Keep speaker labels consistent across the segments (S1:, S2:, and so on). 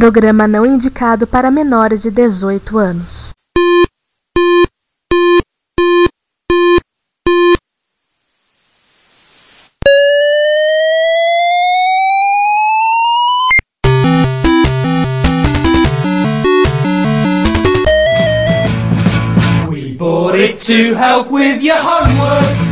S1: Programa não indicado para menores de dezoito anos.
S2: We bought it to help with your homework.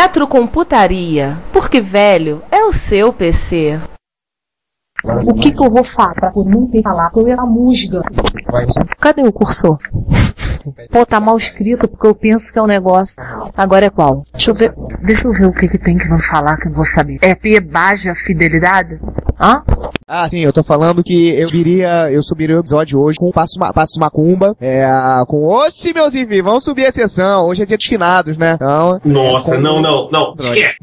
S3: Retrocomputaria, porque velho é o seu PC.
S4: O que, que eu vou falar por não ter falado que eu era musga? Cadê o cursor? Pô, tá mal escrito porque eu penso que é um negócio. Agora é qual? Deixa eu ver.
S5: Deixa eu ver o que, que tem que vão falar que eu vou saber. É piebaja fidelidade? Hã?
S6: Ah, sim, eu tô falando que eu viria, eu subiria o episódio hoje com o Passo, Ma- Passo Macumba, é, com, oxe, meus enfim, vamos subir a sessão, hoje é dia dos finados, né? Então,
S7: Nossa, não, não, não.
S6: Droga.
S7: Esquece.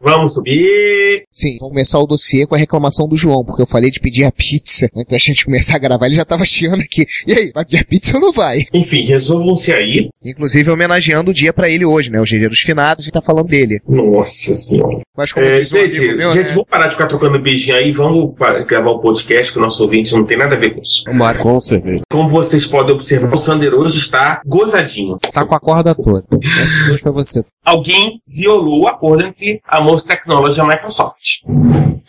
S7: Vamos subir.
S6: sim, vamos começar o dossiê com a reclamação do João, porque eu falei de pedir a pizza antes da gente começar a gravar, ele já tava chiando aqui. E aí, vai pedir a pizza ou não vai?
S7: Enfim, resolvam-se aí.
S6: Inclusive homenageando o dia pra ele hoje, né? Hoje é dia dos finados, a gente tá falando dele.
S7: Nossa senhora.
S6: Mas como
S7: É,
S6: diz um
S7: gente,
S6: amigo meu,
S7: gente,
S6: né?
S7: vamos parar de ficar trocando beijinho aí. Vamos fa- gravar o podcast que o nosso ouvinte não tem nada a ver com isso.
S6: Vambora.
S8: Com cerveja.
S7: Como vocês podem observar, o Sander hoje está gozadinho.
S6: Tá com a corda toda. S2 pra você.
S7: Alguém violou o acordo entre a Most Technology e a Microsoft.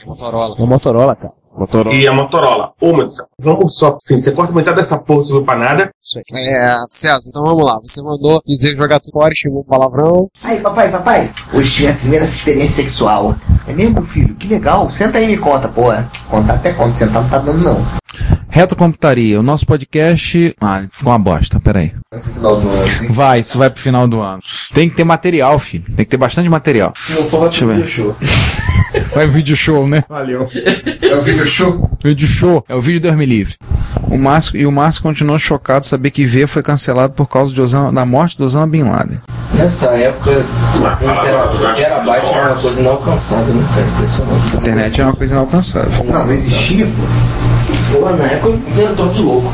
S6: Motorola.
S8: É Motorola, cara. Motorola.
S7: E a Motorola. Ô, meu Deus. Vamos só, sim, você corta metade dessa porra do panada.
S6: É, César, então vamos lá. Você mandou dizer jogar tudo fora, xingou um palavrão.
S9: Aí, papai, papai. Hoje é a primeira experiência sexual. É mesmo, filho? Que legal. Senta aí e me conta, pô. Contar até conta, sentar não tá dando, não.
S10: Retrocomputaria, o nosso podcast. Ah, ficou uma bosta, peraí.
S9: Final do ano, assim.
S10: Vai, isso vai pro final do ano. Tem que ter material, filho. Tem que ter bastante material.
S9: Meu formato
S10: Deixa eu ver.
S9: show.
S10: Vai vídeo show, né?
S9: É o vídeo show?
S10: Vídeo show. É o vídeo Deus me livre. O Márcio, e o Márcio continuou chocado saber que V foi cancelado por causa de Osama- da morte do Osama Bin Laden.
S9: Nessa época, o terabyte era uma coisa inalcançável, né, cara? Impressionante.
S10: A internet é uma coisa inalcançável.
S9: Não, não existia, pô.
S11: Pô, na época eu era todo de louco.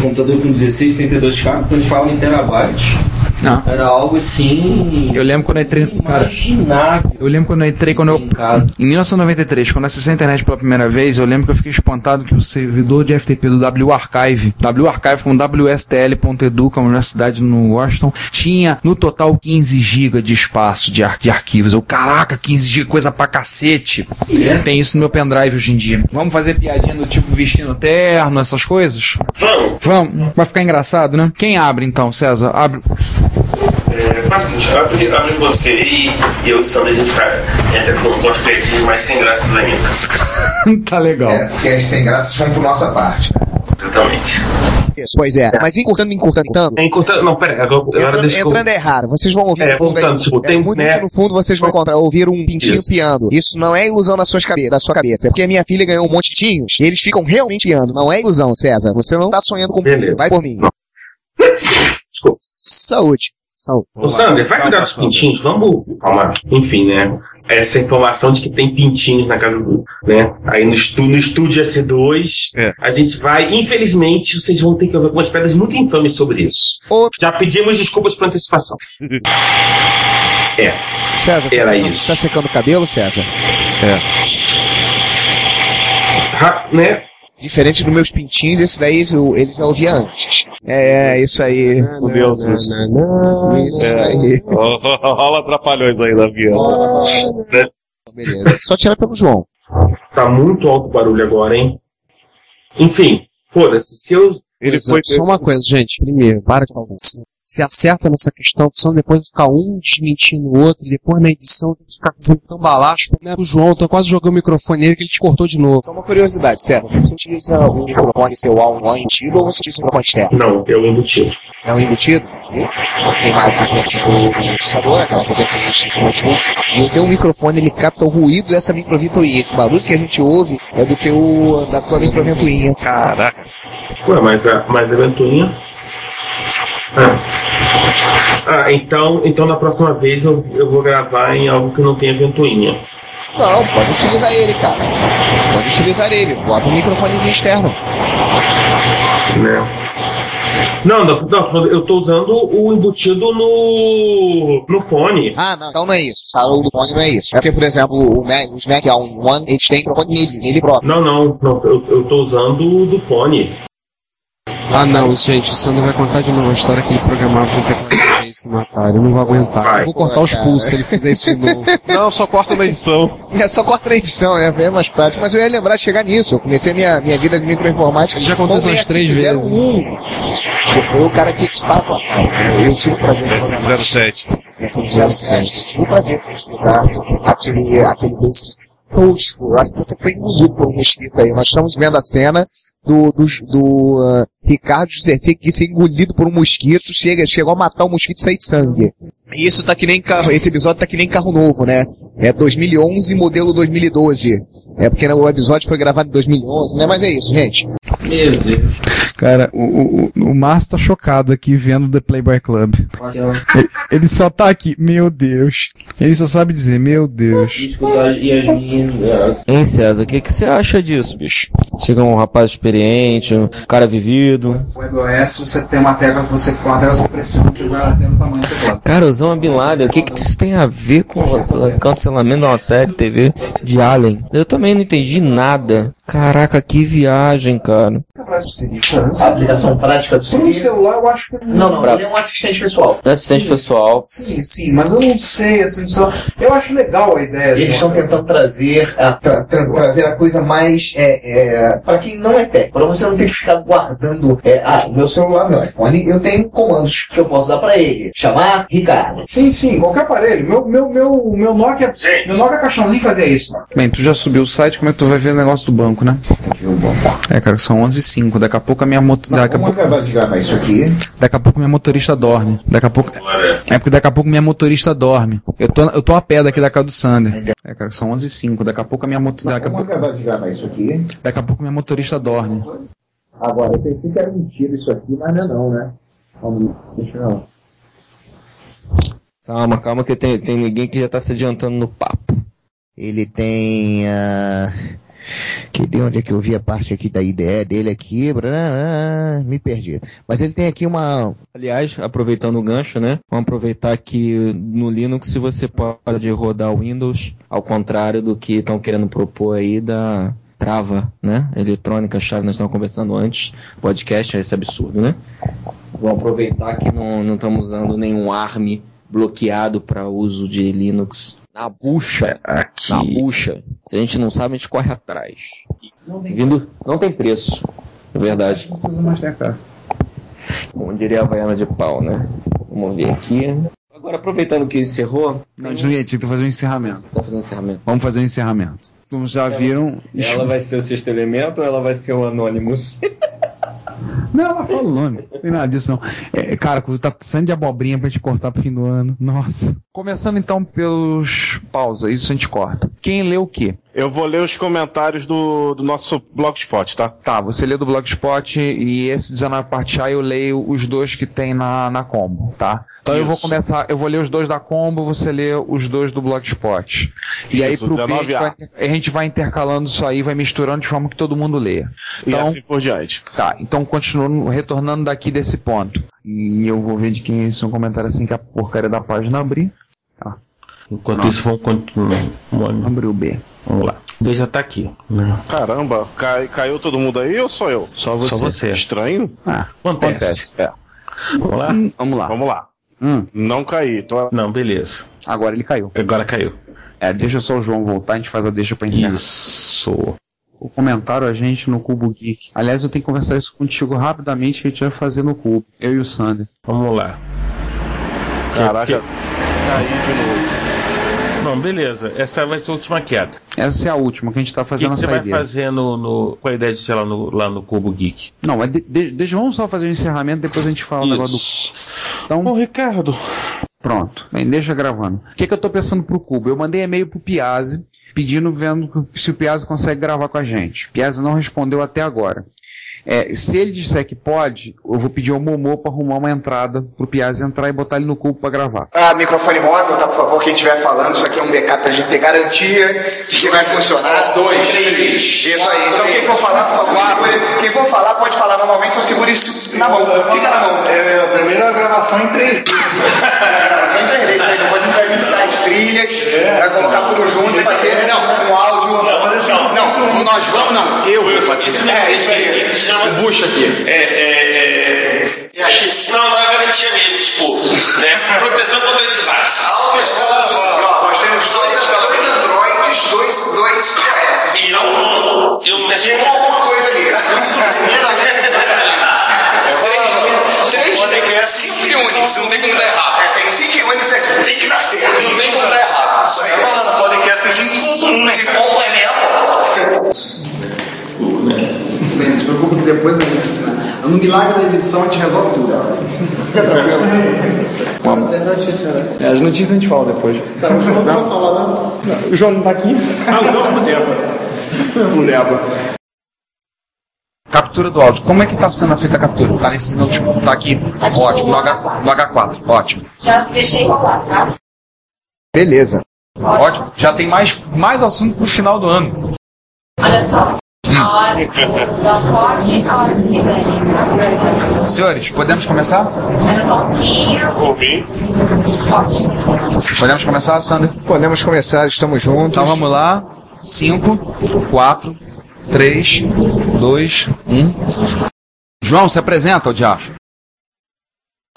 S11: Computador com 16, 32K, quando a gente fala em terabyte,
S10: Não.
S11: era algo assim.
S10: Eu lembro quando eu entrei. Cara,
S11: Imaginável.
S10: eu lembro quando eu entrei quando eu.
S11: Em casa.
S10: Em 1993, quando eu acessei a internet pela primeira vez, eu lembro que eu fiquei espantado que o servidor de FTP do W Archive, W Archive com WSTL.edu, que é uma universidade no Washington, tinha no total 15 GB de espaço de, ar- de arquivos. Eu, caraca, 15 GB, coisa pra cacete.
S11: É?
S10: Tem isso no meu pendrive hoje em dia. Vamos fazer piadinha do tipo vestindo terno, essas coisas?
S7: Vamos.
S10: Vamos, vai ficar engraçado, né? Quem abre então, César? Abre.
S7: É, faz o seguinte, abre, abre você e, e eu e o Sander, a gente tá, entra com umas piadinhas mais sem graças ainda.
S10: tá legal.
S9: É, porque as sem graças vão por nossa parte.
S7: Exatamente.
S6: Isso, pois é. Mas encurtando, encurtando, encurtando.
S7: É, encurtando, não, pera, agora, agora
S6: Entrando,
S7: deixa eu...
S6: entrando é raro, vocês vão ouvir
S7: É,
S6: no fundo aí.
S7: voltando, tipo,
S6: É,
S7: tem,
S6: muito
S7: né?
S6: no fundo vocês vão encontrar, ouvir um pintinho
S7: Isso.
S6: piando. Isso não é ilusão na, suas cabe da sua cabeça, é porque a minha filha ganhou um monte de tinhos e eles ficam realmente piando. Não é ilusão, César. Você não tá sonhando com
S7: Beleza.
S6: Vai por mim.
S7: Não. Desculpa.
S6: Saúde. Saúde.
S7: Ô, Sander, vai
S8: Calma,
S7: cuidar dos
S8: Sander.
S7: pintinhos, vamos... Calma, enfim, né... Essa informação de que tem pintinhos na casa do. né? Aí no, estu, no estúdio S2,
S8: É.
S7: a gente vai. Infelizmente, vocês vão ter que ouvir algumas pedras muito infames sobre isso.
S6: Ô.
S7: Já pedimos desculpas por antecipação.
S6: César, tá
S7: Era
S6: secando,
S7: isso.
S6: tá secando o cabelo, César?
S7: Ra- né?
S6: Diferente dos meus pintinhos, esse daí eu- ele já ouvia antes. É, isso aí.
S8: O É. Deus. Isso
S6: Isso aí.
S8: Olha atrapalhões aí da viola.
S6: Beleza. Só tira pelo João.
S7: Tá muito alto o barulho agora, hein? Enfim, foda-se. Se eu
S8: Ele foi.
S5: é, Só uma coisa, gente. Primeiro, para de falar. isso. Se acerta nessa questão, senão depois ficar um desmentindo o outro, e depois na edição tem que ficar fazendo cambalacho. Né? O João, tô quase jogando o microfone nele que ele te cortou de novo.
S6: Só uma curiosidade, César. Você utiliza o microfone seu ao antigo ou você utiliza o microfone externo?
S7: Não, é o embutido.
S6: não um embutido, viu? tem mais o sabor, aquela coisa que a gente continua. E o teu microfone ele capta o ruído dessa microventoinha. Esse barulho que a gente ouve é do teu da tua microventoinha.
S12: Caraca.
S7: Ué, mas a, mas a ventoinha. Ah. ah, então, então na próxima vez eu, eu vou gravar em algo que não tenha ventoinha.
S6: Não, pode utilizar ele, cara. Pode utilizar ele. Bota um microfonezinho externo.
S7: Né? Não, não, não, eu tô usando o embutido no, no fone.
S6: Ah, não, então não é isso. Salão do fone não é isso. É porque, por exemplo, o Mac, os Mac All in One, eles têm microfone nele, nele próprio.
S7: Não, não, não eu, eu tô usando o do fone.
S6: Ah, não, isso, gente, o Sandro vai contar de novo a história que ele programava com o teclado que um otário. Eu não vou aguentar.
S7: Vai.
S6: Eu vou cortar os
S7: Vai,
S6: pulsos se ele fizer isso de novo.
S12: Não, só corta na edição.
S6: É só corta na edição, é bem mais prático. Mas eu ia lembrar de chegar nisso. Eu comecei minha, minha vida de microinformática. assim,
S12: Já aconteceu
S6: com o
S12: umas
S6: ES
S12: três
S6: 01, Que foi um. o cara que estava. Eu tive o prazer de programar.
S12: 507.
S6: Tive o prazer de estudar aquele, aquele basic tosco. Eu acho que você foi engolido por um mosquito aí. Nós estamos vendo a cena do, do, do ah, Ricardo José que ser engolido por um mosquito, chega, chegou a matar o mosquito e sai sangue. E isso tá que nem carro, esse episódio tá que nem carro novo, né? É 2011, modelo 2012. É porque né, o episódio foi gravado em 2011, né? Mas é isso, gente.
S13: Meu Deus.
S10: Cara, o, o, o Márcio tá chocado aqui vendo The Playboy Club. Ele- Ele só tá aqui, meu Deus. Ele só sabe dizer, meu Deus.
S13: Escutar Yasmin. é,
S11: Hein, César, o que, que você acha disso, bicho? Chega um rapaz experiente, um cara vivido.
S13: O iOS, você tem uma tecla, você com a tecla você pressiona, você vai até o tamanho do teclado.
S11: Cara, Osama Bin Laden, o que, que isso tem a ver com o cancelamento de uma série de TV de Alien? Eu também não entendi nada. Caraca, que viagem, cara.
S9: A aplicação prática do
S13: Sobre o celular, eu acho que.
S9: Não, não,
S11: Pra-
S9: ele é um assistente pessoal.
S11: Assistente
S13: Sim.
S11: pessoal.
S13: Sim, sim, mas eu não sei, assim, só- eu acho legal a ideia. assim.
S9: Eles estão tentando trazer a, tra- tra- trazer a coisa mais. É, é, para quem não é técnico, para você não ter que ficar guardando. É, ah, meu celular, meu iPhone, eu tenho comandos que eu posso dar para ele. Chamar Ricardo.
S13: Sim, sim, qualquer aparelho. Meu, meu, meu, meu Nokia. Meu Nokia caixãozinho fazia isso, mano.
S10: Bem, tu já subiu o site, como é que tu vai ver o negócio do banco, né? É, cara, que são 11 h 05 Daqui a pouco a minha moto. Daqui a, pouco,
S9: acabar de gravar isso aqui.
S10: daqui a pouco minha motorista dorme. Daqui a pouco. É porque daqui a pouco minha motorista dorme. Eu tô, eu tô a pé daqui da casa do Sander. É, cara, que são 11 h 05 Daqui a pouco a minha moto. Daqui a, pouco,
S9: acabar de gravar isso aqui.
S10: daqui a pouco minha motorista dorme.
S9: Agora, eu pensei que era mentira isso aqui, mas não é não, né? Vamos, deixa eu ver.
S11: Calma, calma, que tem, tem ninguém que já tá se adiantando no papo.
S9: Ele tem. ah, que de onde é que eu vi a parte aqui da IDE dele aqui? brá, brá, brá, me perdi. Mas ele tem aqui uma.
S11: Aliás, aproveitando o gancho, né? Vamos aproveitar que no Linux você pode rodar o Windows, ao contrário do que estão querendo propor aí da trava, né? Eletrônica, chave, nós estávamos conversando antes,
S9: é
S11: podcast, esse absurdo, né? Vamos aproveitar que não, não estamos usando nenhum ARM bloqueado para uso de Linux. Na bucha. Na bucha. Se a gente não sabe, a gente corre atrás. Vindo, não tem preço. É verdade. Como diria a Havaiana de pau, né? Vamos ver aqui. Agora, aproveitando que encerrou.
S10: Não, a gente não ia, tinha que fazer um encerramento.
S11: Só fazer um encerramento.
S10: Vamos fazer um encerramento. Como já viram.
S11: Ela vai ser o sexto elemento ou ela vai ser o Anonymous?
S10: Não, ela fala o nome. Não tem nada disso, não. É, cara, tá precisando de abobrinha pra gente cortar pro fim do ano. Nossa. Começando então pelos pausa, isso a gente corta. Quem lê o quê?
S12: Eu vou ler os comentários do, do nosso blogspot, tá?
S10: Tá, você lê do Blogspot e esse 19 parte A eu leio os dois que tem na, na combo, tá? Então eu vou
S12: Isso.
S10: começar, eu vou ler os dois da combo, você lê os dois do Blogspot. E aí
S12: Isso,
S10: pro B, a gente
S12: 19A.
S10: vai, a gente vai intercalando isso aí, vai misturando de forma que todo mundo lê.
S12: E
S10: Então,
S12: assim por diante.
S10: Tá, então continuando, retornando daqui desse ponto. E eu vou ver de quem é esse um comentário assim que a porcaria da página abrir.
S7: Enquanto isso, vamos continuar.
S10: Abriu o B.
S7: Vamos lá. Veja, tá aqui.
S12: Caramba, cai- caiu todo mundo aí ou sou eu?
S11: Só você.
S12: Estranho?
S10: Ah,
S7: Acontece.
S12: É.
S7: Vamos lá?
S10: vamos lá.
S12: Vamos lá.
S10: Hum,
S12: Não caí. Tô...
S7: Não, beleza.
S10: agora ele caiu.
S7: Agora caiu.
S10: É, deixa só o João voltar, a gente faz a deixa pra encerrar.
S7: Isso.
S10: O comentário a gente no Cubo Geek. Aliás, eu tenho que conversar isso contigo rapidamente que a gente vai fazer no Cubo. Eu e o Sander.
S7: Vamos lá.
S12: Caraca. Caí de novo.
S7: Não, beleza. Essa vai ser a última queda.
S10: Essa é a última que a gente tá
S7: O que,
S10: fazendo
S7: que
S10: a
S7: você vai
S10: saideira.
S7: fazer no, no- com a ideia de sei lá no, lá no Cubo Geek?
S10: Não, mas de- de- deixa, vamos só fazer o encerramento, depois a gente fala o É um negócio do. Então, Ô,
S7: Ricardo.
S10: Pronto, bem, deixa gravando. O que, que eu tô pensando pro Cubo? Eu mandei e-mail pro Piazzi, pedindo vendo se o Piazzi consegue gravar com a gente. Piazzi não respondeu até agora. É, se ele disser que pode, eu vou pedir ao Momô pra arrumar uma entrada pro Piazzi entrar e botar ele no cubo pra gravar.
S9: Ah, microfone móvel, tá, por favor, quem estiver falando, isso aqui é um backup pra gente ter garantia de que vai funcionar. Dois, três, isso aí. Então quem for falar, por favor, segure- quem for falar pode falar normalmente, só segura isso na mão, fica na mão. É, primeiro a gravação em 3D. gravação em 3D, isso aí, depois a gente vai mixar as trilhas, vai colocar tudo junto e fazer, não, um áudio. É. Não, não, nós vamos, não, eu vou fazer. É, um isso aí, É, o bucha aqui. é,
S6: Eu acho que isso não, não é garantia mesmo, tipo, né? Proteção contra desastre. Alta escala naval. Nós temos dois, dois androides, dois, dois OS. E não, eu tinha alguma coisa ali. Três é sempre Unix, não tem como dar errado. É, tem cinco Unix aqui, tem que dar certo. Não tem como dar errado. Isso aí. Tá falando, podcast 5.1, né? 5.1 é
S14: Bem, não se preocupa que depois a gente- no milagre da edição a gente resolve tudo. né?
S15: É notícia, né?
S14: É, as notícias a gente fala depois.
S15: Tá, o João não vai falar, não?
S14: O João não tá aqui? Ah, o João Fuleba.
S10: Captura do áudio. Como é que tá sendo feita a captura? Tá nesse notebook, tá aqui. Ótimo, no, H, no H4. Ótimo.
S3: Já deixei rolar, tá?
S10: Beleza. Ótimo. Já tem mais, mais assunto pro final do ano.
S3: Olha só. A hora do pote, um a hora que quiserem. tá?
S10: Senhores, podemos começar?
S3: Era só um pouquinho.
S10: Ouvi. Podemos começar, Sandra?
S9: Podemos começar, estamos juntos.
S6: Tá,
S10: Então vamos lá. 5, 4, 3, 2, 1. João, se apresenta, o diacho.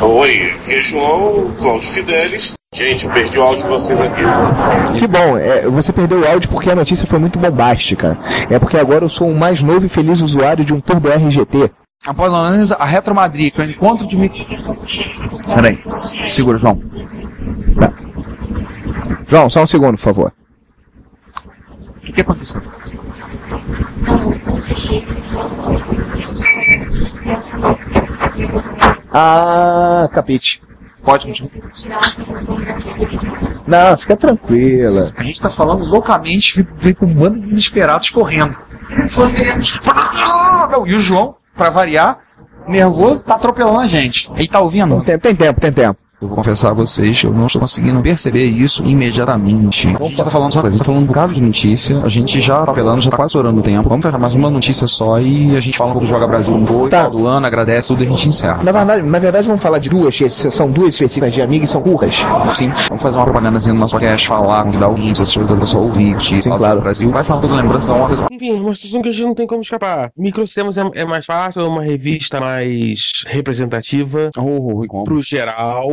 S16: Oi, aqui é João, Claudio Fidelis. Gente, eu perdi o áudio de vocês aqui.
S17: Que bom, é, você perdeu o áudio porque a notícia foi muito bombástica. É porque agora eu sou o mais novo e feliz usuário de um Turbo RGT.
S10: Após a análise, a Retro Madrid, que é o encontro de... mi- Peraí, segura, João.
S17: João, só um segundo, por favor.
S10: O que, que aconteceu?
S17: Ah, capite.
S10: Pode continuar.
S17: Não, fica tranquila.
S10: A gente tá falando loucamente, vem com um bando de desesperados correndo. Ah, Não, E o João, pra variar, nervoso, tá atropelando a gente. Ele tá ouvindo?
S17: Tem, tem tempo, tem tempo.
S10: Eu vou confessar a vocês, eu não estou conseguindo perceber isso imediatamente. A gente tá falando só coisa, a gente tá falando um bocado de notícia, a gente já tá apelando, já tá quase estourando o tempo. Vamos fechar mais uma notícia só e a gente fala um pouco do Joga Brasil no voo, tá. do ano, agradece, tudo e a gente encerra.
S6: Tá
S17: Na verdade, na verdade, vamos falar de duas, são duas específicas de amiga e são curras.
S10: Sim, vamos fazer uma propagandazinha no nosso podcast, falar, convidar alguém, se você da pessoa ouvir, te falar do Brasil, vai falar toda lembrança, uma coisa.
S7: Enfim, uma situação que a gente não tem como escapar. Microsemos é, é mais fácil, é uma revista mais representativa pro geral.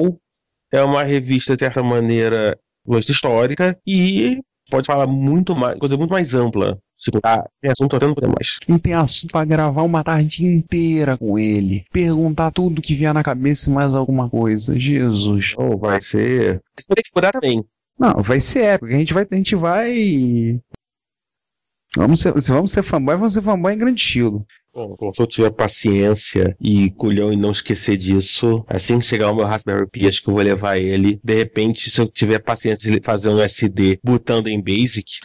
S7: É uma revista, de certa maneira, gosto histórica e pode falar muito mais, coisa muito mais ampla. Tipo, ah, tem assunto até não poder mais.
S10: Não tem assunto pra gravar uma tarde inteira com ele. Perguntar tudo que vier na cabeça e mais alguma coisa. Jesus.
S7: Ou vai ser. Você tem que cuidar também.
S10: Não, vai ser épico. A gente vai. A gente vai. Vamos ser, se vamos ser fanboy, vamos ser fanboy em grande estilo.
S7: Bom, se eu tiver paciência e culhão e não esquecer disso, assim que chegar o meu Raspberry Pi, acho que eu vou levar ele. De repente, se eu tiver paciência de fazer um SD botando em Basic.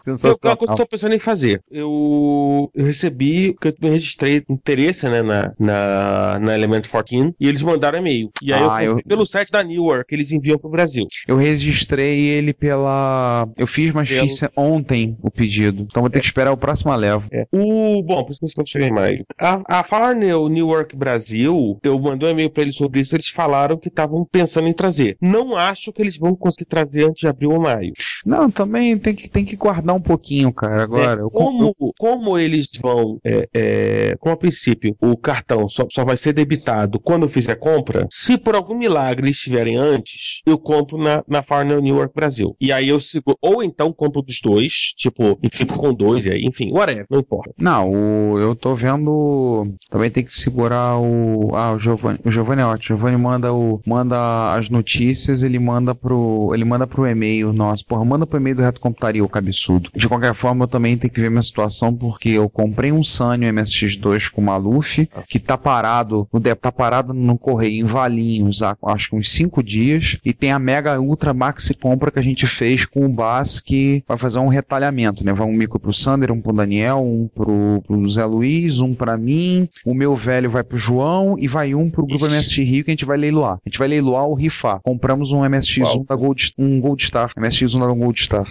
S10: Sensacional.
S7: Ah, Eu, eu, eu tô pensando em fazer. Eu, eu recebi, que eu me registrei interesse né, na, na, na Element 14 e eles mandaram e-mail. E aí eu,
S10: Ah,
S7: comprei
S10: eu-
S7: pelo site da Newark, que eles enviam pro Brasil.
S10: Eu registrei ele pela. Eu fiz, mas
S7: Pelo-
S10: fiz ontem o pedido. Então vou ter que esperar o próximo leva.
S7: É. O, bom, por isso que eu cheguei mais. A, a falar New, New York Brasil, eu mandei um e-mail pra eles sobre isso, eles falaram que estavam pensando em trazer. Não acho que eles vão conseguir trazer antes de abril ou maio.
S10: Não, também tem que, tem que guardar um pouquinho, cara, agora.
S7: É,
S10: Eu-
S7: como, como eles vão, é, é, como a princípio, o cartão só, só vai ser debitado quando eu fizer compra, se por algum milagre estiverem antes, eu compro na, na Farnell Newark Brasil. E aí eu sigo, ou então compro dos dois, tipo, e fico com dois, e aí, enfim, whatever, não importa.
S10: Não, o- eu tô vendo. Também tem que segurar o. Ah, o Giovanni. O Giovanni é ótimo. O Giovanni manda, o, manda as notícias, ele manda pro. Ele manda pro e-mail nosso. Porra, manda pro e-mail do Reto Computaria, o cabeçudo. De qualquer forma, eu também tenho que ver minha situação, porque eu comprei um Sanyo MSX2 com o Maluf, que tá parado, no de- tá parado no correio em Valinhos há acho que uns 5 dias. E tem a Mega Ultra Maxi Compra que a gente fez com o Bass, que vai fazer um retalhamento, né? Vai um micro pro Sander, um pro Daniel, um pro, pro Zé Luiz, um pra mim, o meu velho vai pro João e vai um pro grupo MSX Rio que a gente vai leiloar. A gente vai leiloar ou rifar. Compramos um MSX1 da Gold, um Gold Star, MSX1 da Gold Star.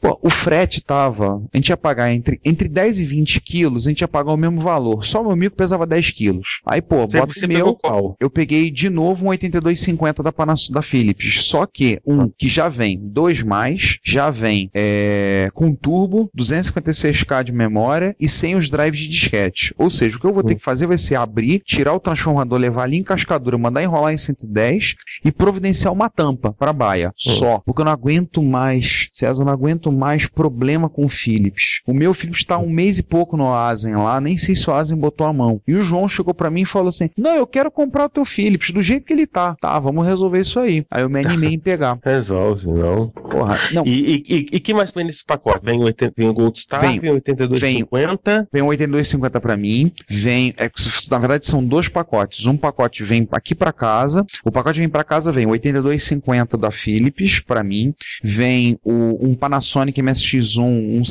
S10: Pô, o frete tava, a gente ia pagar entre, entre 10 e 20 quilos, a gente ia pagar o mesmo valor. Só o meu micro pesava 10 quilos. Aí, pô,
S7: Você-
S10: bota
S7: você
S10: o meu,
S7: pegou qual?
S10: eu peguei de novo um 8250 da, Panas- da Philips. Só que um
S7: Tá.
S10: que já vem, dois mais, já vem é, com turbo, 256K de memória e sem os drives de disquete. Ou seja, o que eu vou ter que fazer vai ser abrir, tirar o transformador, levar ali em cascadura, mandar enrolar em 110 e providenciar uma tampa para baia. Só. Porque eu não aguento mais, César, eu não aguento mais problema com o Philips. O meu Philips está um mês e pouco no Asen lá, nem sei se o Asen botou a mão. E o João chegou pra mim e falou assim: Não, eu quero comprar o teu Philips, do jeito que ele tá. Tá, vamos resolver isso aí. Aí eu me animei em pegar.
S7: Resolve, não.
S10: Porra, não.
S7: E, e, e- e que mais vem nesse pacote? Vem o, 80 vem o Gold Star,
S10: Vem.
S7: vem, o 8250.
S10: Vem um 82,50 pra mim. Vem, é, na verdade são dois pacotes. Um pacote vem aqui pra casa. O pacote vem pra casa vem o 82,50 da Philips pra mim. Vem o, um Panasonic MSX1, um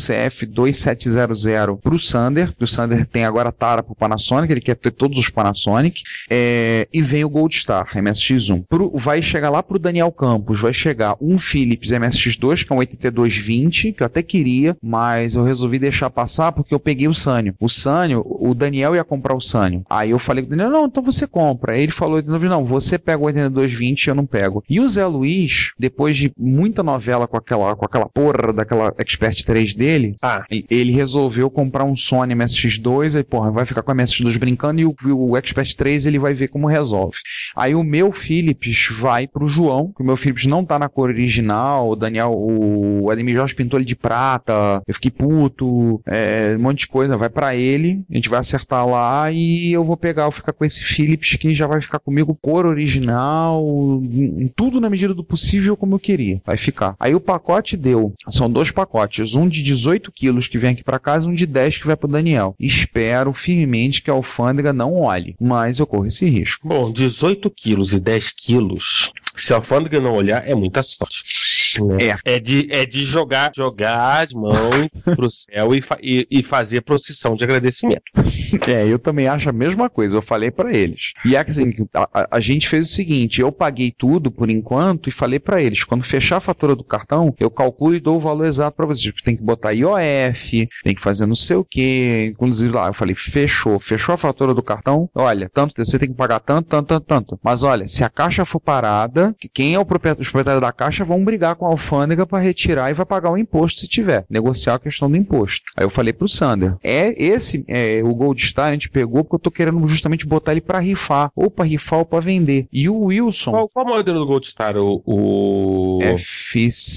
S10: CF2700 pro Sander. Que o Sander tem agora tara pro Panasonic. Ele quer ter todos os Panasonic. É, e vem o Gold Star MSX1. Pro- vai chegar lá pro Daniel Campos. Vai chegar um Philips MSX2 que é um 8220 que eu até queria, mas eu resolvi deixar passar porque eu peguei o Sânio. O Sânio, o Daniel ia comprar o Sânio. Aí eu falei com o Daniel, não, então você compra. Aí ele falou, não, você pega o 8220 eu não pego. E o Zé Luiz, depois de muita novela com aquela, com aquela porra daquela Expert 3 dele, Tá. e- ele resolveu comprar um Sony MSX2, aí porra, vai ficar com a MSX2 brincando e o, o Expert 3 ele vai ver como resolve. Aí o meu Philips vai pro João, que o meu Philips não tá na cor original, o Daniel, o Ademir Jorge pintou ele de prata, eu fiquei puto, é, um monte de coisa, vai pra ele, a gente vai acertar lá e eu vou pegar, eu vou ficar com esse Philips que já vai ficar comigo cor original, em- em tudo na medida do possível como eu queria, vai ficar. Aí o pacote deu, são dois pacotes, um de 18 quilos que vem aqui pra casa, e um de 10 que vai pro Daniel. Espero firmemente que a alfândega não olhe, mas eu corro esse risco.
S7: Bom, 18 quilos e 10 quilos. Se a alfândega não olhar, é muita sorte. né? É. de, é de jogar, jogar as mãos pro céu e, fa- e- e fazer procissão de agradecimento.
S10: É, eu também acho a mesma coisa, eu falei pra eles. E é que assim, a, a- a gente fez o seguinte, eu paguei tudo por enquanto e falei pra eles, quando fechar a fatura do cartão, eu calculo e dou o valor exato pra vocês, porque tem que botar IOF, tem que fazer não sei o quê, inclusive lá, eu falei, fechou, fechou a fatura do cartão, olha, tanto você tem que pagar tanto, tanto, tanto, tanto. Mas olha, se a caixa for parada, que quem é o proprietário, os proprietários da caixa vão brigar com a alfândega pra retirar e vai pagar o imposto se tiver, negociar a questão do imposto. Aí eu falei pro Sander, é esse, é, o Gold Star a gente pegou porque eu tô querendo justamente botar ele pra rifar, ou pra rifar ou pra vender. E o Wilson...
S7: Qual, qual o modelo do Gold Star? O, o...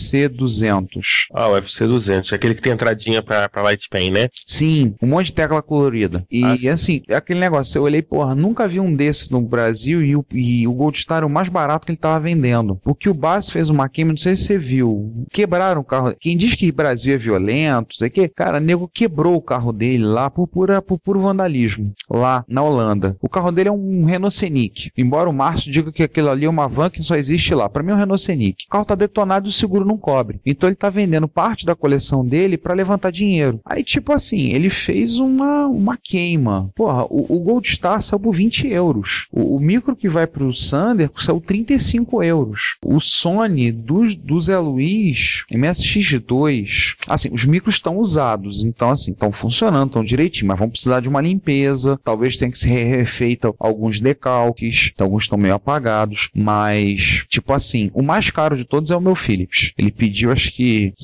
S10: FC200.
S7: Ah, o FC200. É aquele que tem entradinha pra, pra Light Pen, né?
S10: Sim, um monte de tecla colorida. E assim, é aquele negócio, eu olhei, porra, nunca vi um desse no Brasil e o, e o Gold Star era o mais barato que ele tava vendendo. Porque o Bass fez uma queima, não sei se você viu, quebraram o carro. Quem diz que Brasil é violento, não sei o que, cara, nego quebrou o carro dele lá por, pura, por puro vandalismo, lá na Holanda. O carro dele é um Renault Scenic. Embora o Márcio diga que aquilo ali é uma van que só existe lá. Pra mim é um Renault Scenic. O carro tá detonado e o seguro não cobre. Então ele tá vendendo parte da coleção dele pra levantar dinheiro. Aí, tipo assim, ele fez uma, uma queima. Porra, o, o Gold Star saiu por 20 euros. O, o micro que vai pro Sander saiu 35 euros. O Sony do, do Zé Luiz, MSX2, assim, os micros estão usados. Então, assim, estão funcionando, estão direitinho, mas vão precisar de uma limpeza. Talvez tenha que ser refeita alguns decalques. Então, alguns estão meio apagados. Mas, tipo assim, o mais caro de todos todos é o meu Philips. Ele pediu acho que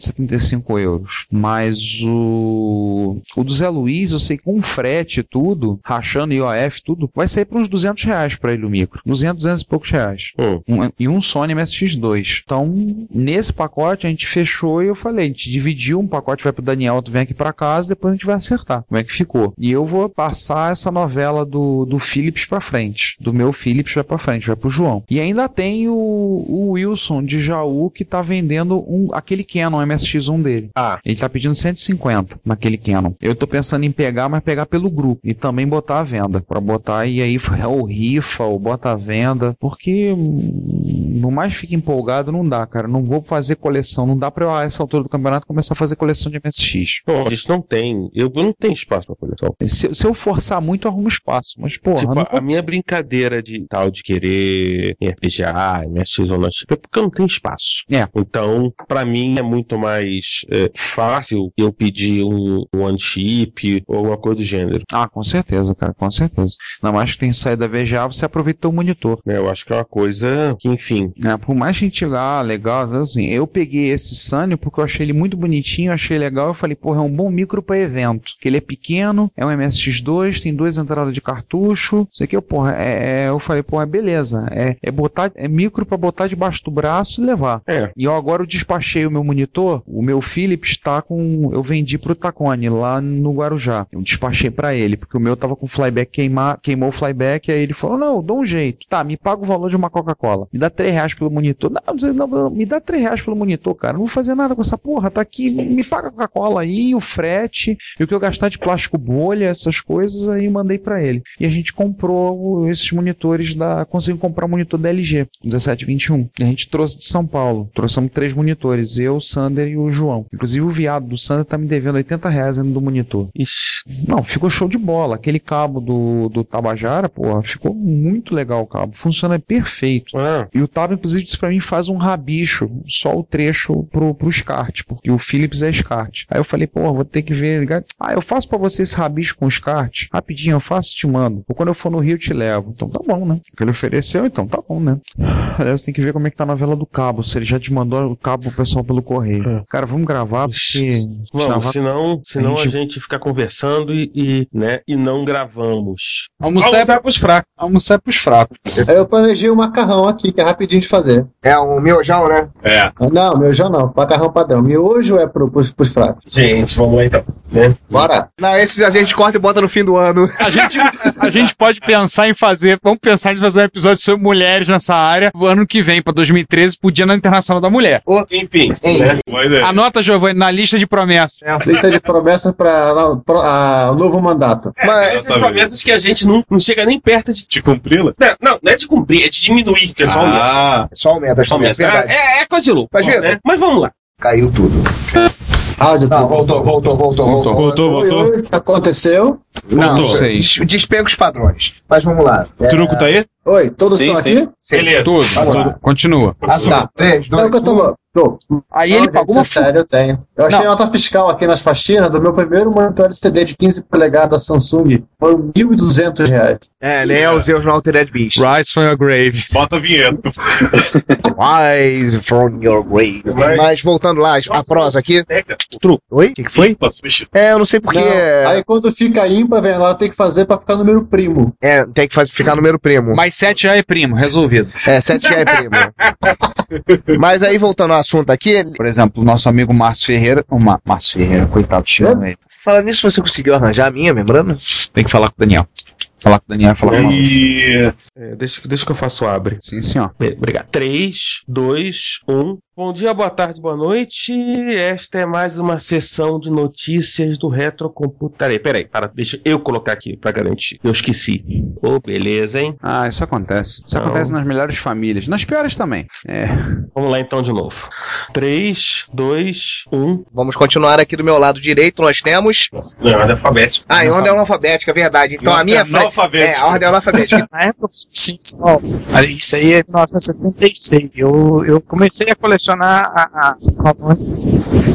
S10: 175 euros. Mas o. O do Zé Luiz, eu sei que com frete e tudo, rachando IOF, tudo, vai sair por uns 200 reais pra ele o micro. 200, 200 e poucos reais. Um- e um Sony MSX2. Então, nesse pacote a gente fechou e eu falei, a gente dividiu um pacote, vai pro Daniel, tu vem aqui pra casa, depois a gente vai acertar como é que ficou. E eu vou passar essa novela do, do Philips pra frente. Do meu Philips vai pra frente, vai pro João. E ainda tem o, o Wilson de Jaú que tá vendendo um, aquele Canon MSX1 dele. Ah. Ele tá pedindo 150 naquele Canon. Eu tô pensando em pegar, mas pegar pelo grupo. E também botar à venda. Pra botar e aí é ou rifa, ou bota à venda. Porque hum, no mais fica empolgado, não dá, cara. Não vou fazer coleção. Não dá pra eu, a essa altura do campeonato, começar a fazer coleção de MSX.
S7: Bom, a gente não tem. Eu eu não tenho espaço pra coleção.
S10: Se, se eu forçar muito, eu arrumo espaço. Mas, porra,
S7: Tipo,
S10: não
S7: a minha brincadeira de tal de querer RPGA, MSX ou não, tipo, é porque eu não tenho espaço. Então, pra mim é muito mais é, fácil eu pedir um one chip ou alguma coisa do gênero.
S10: Ah, com certeza, cara, com certeza. Ainda mais que tem saída VGA, você aproveitou o monitor.
S7: eu acho que é uma coisa que, enfim.
S10: Né? por mais que a gente ah, legal, assim, eu peguei esse Sanyo porque eu achei ele muito bonitinho, achei legal. Eu falei, porra, é um bom micro pra evento. Que ele é pequeno, é um MSX2, tem duas entradas de cartucho. Isso aqui, eu, porra, é, é- eu falei, porra, beleza. É, é botar, é micro pra botar debaixo do braço e levar. E eu agora eu despachei o meu monitor, o meu Philips tá com. Eu vendi pro Tacone lá no Guarujá. Eu despachei pra ele, porque o meu tava com flyback queimar, queimou o flyback, aí ele falou: não, eu dou um jeito. Tá, me paga o valor de uma Coca-Cola. Me dá 3 reais pelo monitor. Não, não, não, não, me dá 3 reais pelo monitor, cara. Não vou fazer nada com essa porra, tá aqui, me paga a Coca-Cola aí, o frete, e o que eu gastar de plástico bolha, essas coisas, aí mandei pra ele. E a gente comprou o- esses monitores da. Conseguiu comprar o monitor da LG, 1721. E a gente trouxe de São Paulo. Trouxemos três monitores, eu, o Sander e o João. Inclusive o viado do Sander tá me devendo 80 reais ainda do monitor. Não, ficou show de bola. Aquele cabo do, do Tabajara, porra, ficou muito legal o cabo. Funciona perfeito.
S7: ah,
S10: E o Tab, inclusive, disse pra mim, faz um rabicho, só o trecho pro, pro SCART, porque o Philips é SCART. Aí eu falei, porra, vou ter que ver. ligar. Ah, eu faço pra você esse rabicho com SCART? Rapidinho, eu faço e te mando. Ou quando eu for no Rio, eu te levo. Então tá bom, né? Que ele ofereceu, então tá bom, né? Aliás, tem que ver como é que tá a novela do cabo, se ele já te mandou o cabo pro pessoal pelo
S18: É.
S10: correio. Cara, vamos gravar, porque...
S7: Vamos,
S10: gravar-
S7: senão, senão a,
S10: a
S7: gente...
S10: gente-
S7: fica conversando e, e, né, e não gravamos.
S18: Almoçar, é pros fracos. Almoçar é pros fracos.
S9: Eu planejei um macarrão aqui, que é rapidinho de fazer.
S6: É um miojão, né?
S9: É. Não, miojo não. Macarrão padrão. Miojo é pro, pros, pros fracos.
S6: Gente, vamos lá então. Bora. Não, esses a gente corta e bota no fim do ano.
S18: A gente, a gente pode pensar em fazer, vamos pensar em fazer um episódio sobre mulheres nessa área o ano que vem, pra 2013, pro Dia Internacional da Mulher.
S9: Enfim.
S18: né? Anota, Giovanni, na lista de promessas.
S10: É assim.
S9: Lista de promessas para novo mandato.
S6: É, Mas
S7: essas promessas que a gente não, não chega nem perto de, cumpri-la. Não, não, não é de cumprir, é de diminuir, que é
S9: um
S7: só
S6: Ah, só aumenta, só aumenta, verdade.
S7: É, é coisa de louco.
S6: Mas,
S7: né? Mas vamos lá.
S6: Caiu tudo.
S9: Áudio
S6: Não, voltou, voltou, voltou, voltou.
S9: Voltou, voltou. Aconteceu?
S6: Não,
S9: Voltou.
S6: sei. Des- Despega os padrões. Mas vamos lá. É...
S9: Truco tá aí? Oi, todos
S6: Sim,
S9: estão
S6: sim.
S9: aqui?
S6: Sim. Beleza.
S18: Tudo,
S9: Vamos lá.
S18: tudo. Continua.
S9: Ah, tá.
S6: Assim, Três, um.
S9: Não, que eu tô... tô.
S18: Aí
S9: ele pagou uma é sério, eu tenho. Eu achei nota fiscal aqui nas faxinas do meu primeiro monitor CD de 15 polegadas Samsung. Foi R$ 1.200 reais.
S6: É, leia os erros no Altered Beast.
S18: Rise from your grave.
S6: Bota a vinheta. Rise from your grave. Mas voltando lá, a prosa aqui. Truco. Oi? O que, que foi? É, eu não sei porque.
S9: Não, Aí quando fica ímpar, velho, lá tem que fazer pra ficar número primo.
S6: É, tem que faz- ficar número primo.
S18: Mais 7 já é primo, resolvido.
S6: É, 7 já é primo. Mas aí, voltando ao assunto aqui.
S18: Por exemplo, o nosso amigo Márcio Ferreira. O Ma- Márcio Ferreira, coitado, tirando ele.
S6: Falando nisso, você conseguiu arranjar a minha membrana?
S18: Tem que falar com o Daniel. Falar com o Daniel e falar com o Márcio.
S10: é,
S7: deixa, deixa que eu faço o abre.
S18: Sim, senhor.
S7: Obrigado. 3, 2, 1. Bom dia, boa tarde, boa noite. Esta é mais uma sessão de notícias do Retrocomputaria. Peraí, para, deixa eu colocar aqui pra garantir. Eu esqueci. Ô, beleza, hein?
S10: Ah, isso acontece. Isso acontece nas melhores famílias. Nas piores também. É.
S7: Vamos lá então de novo. um. 3, 2, 1.
S6: Vamos continuar aqui do meu lado direito. Nós temos.
S7: Não, é alfabeto.
S6: Ah, em ordem alfabética, verdade. Então
S18: Em
S6: a
S18: ordem
S9: tá
S6: minha. fra-
S18: analfabética.
S6: É, a ordem alfabética.
S18: Na época, sim, só. Olha, Isso aí é 1976. Eu, eu comecei a colecionar a. a-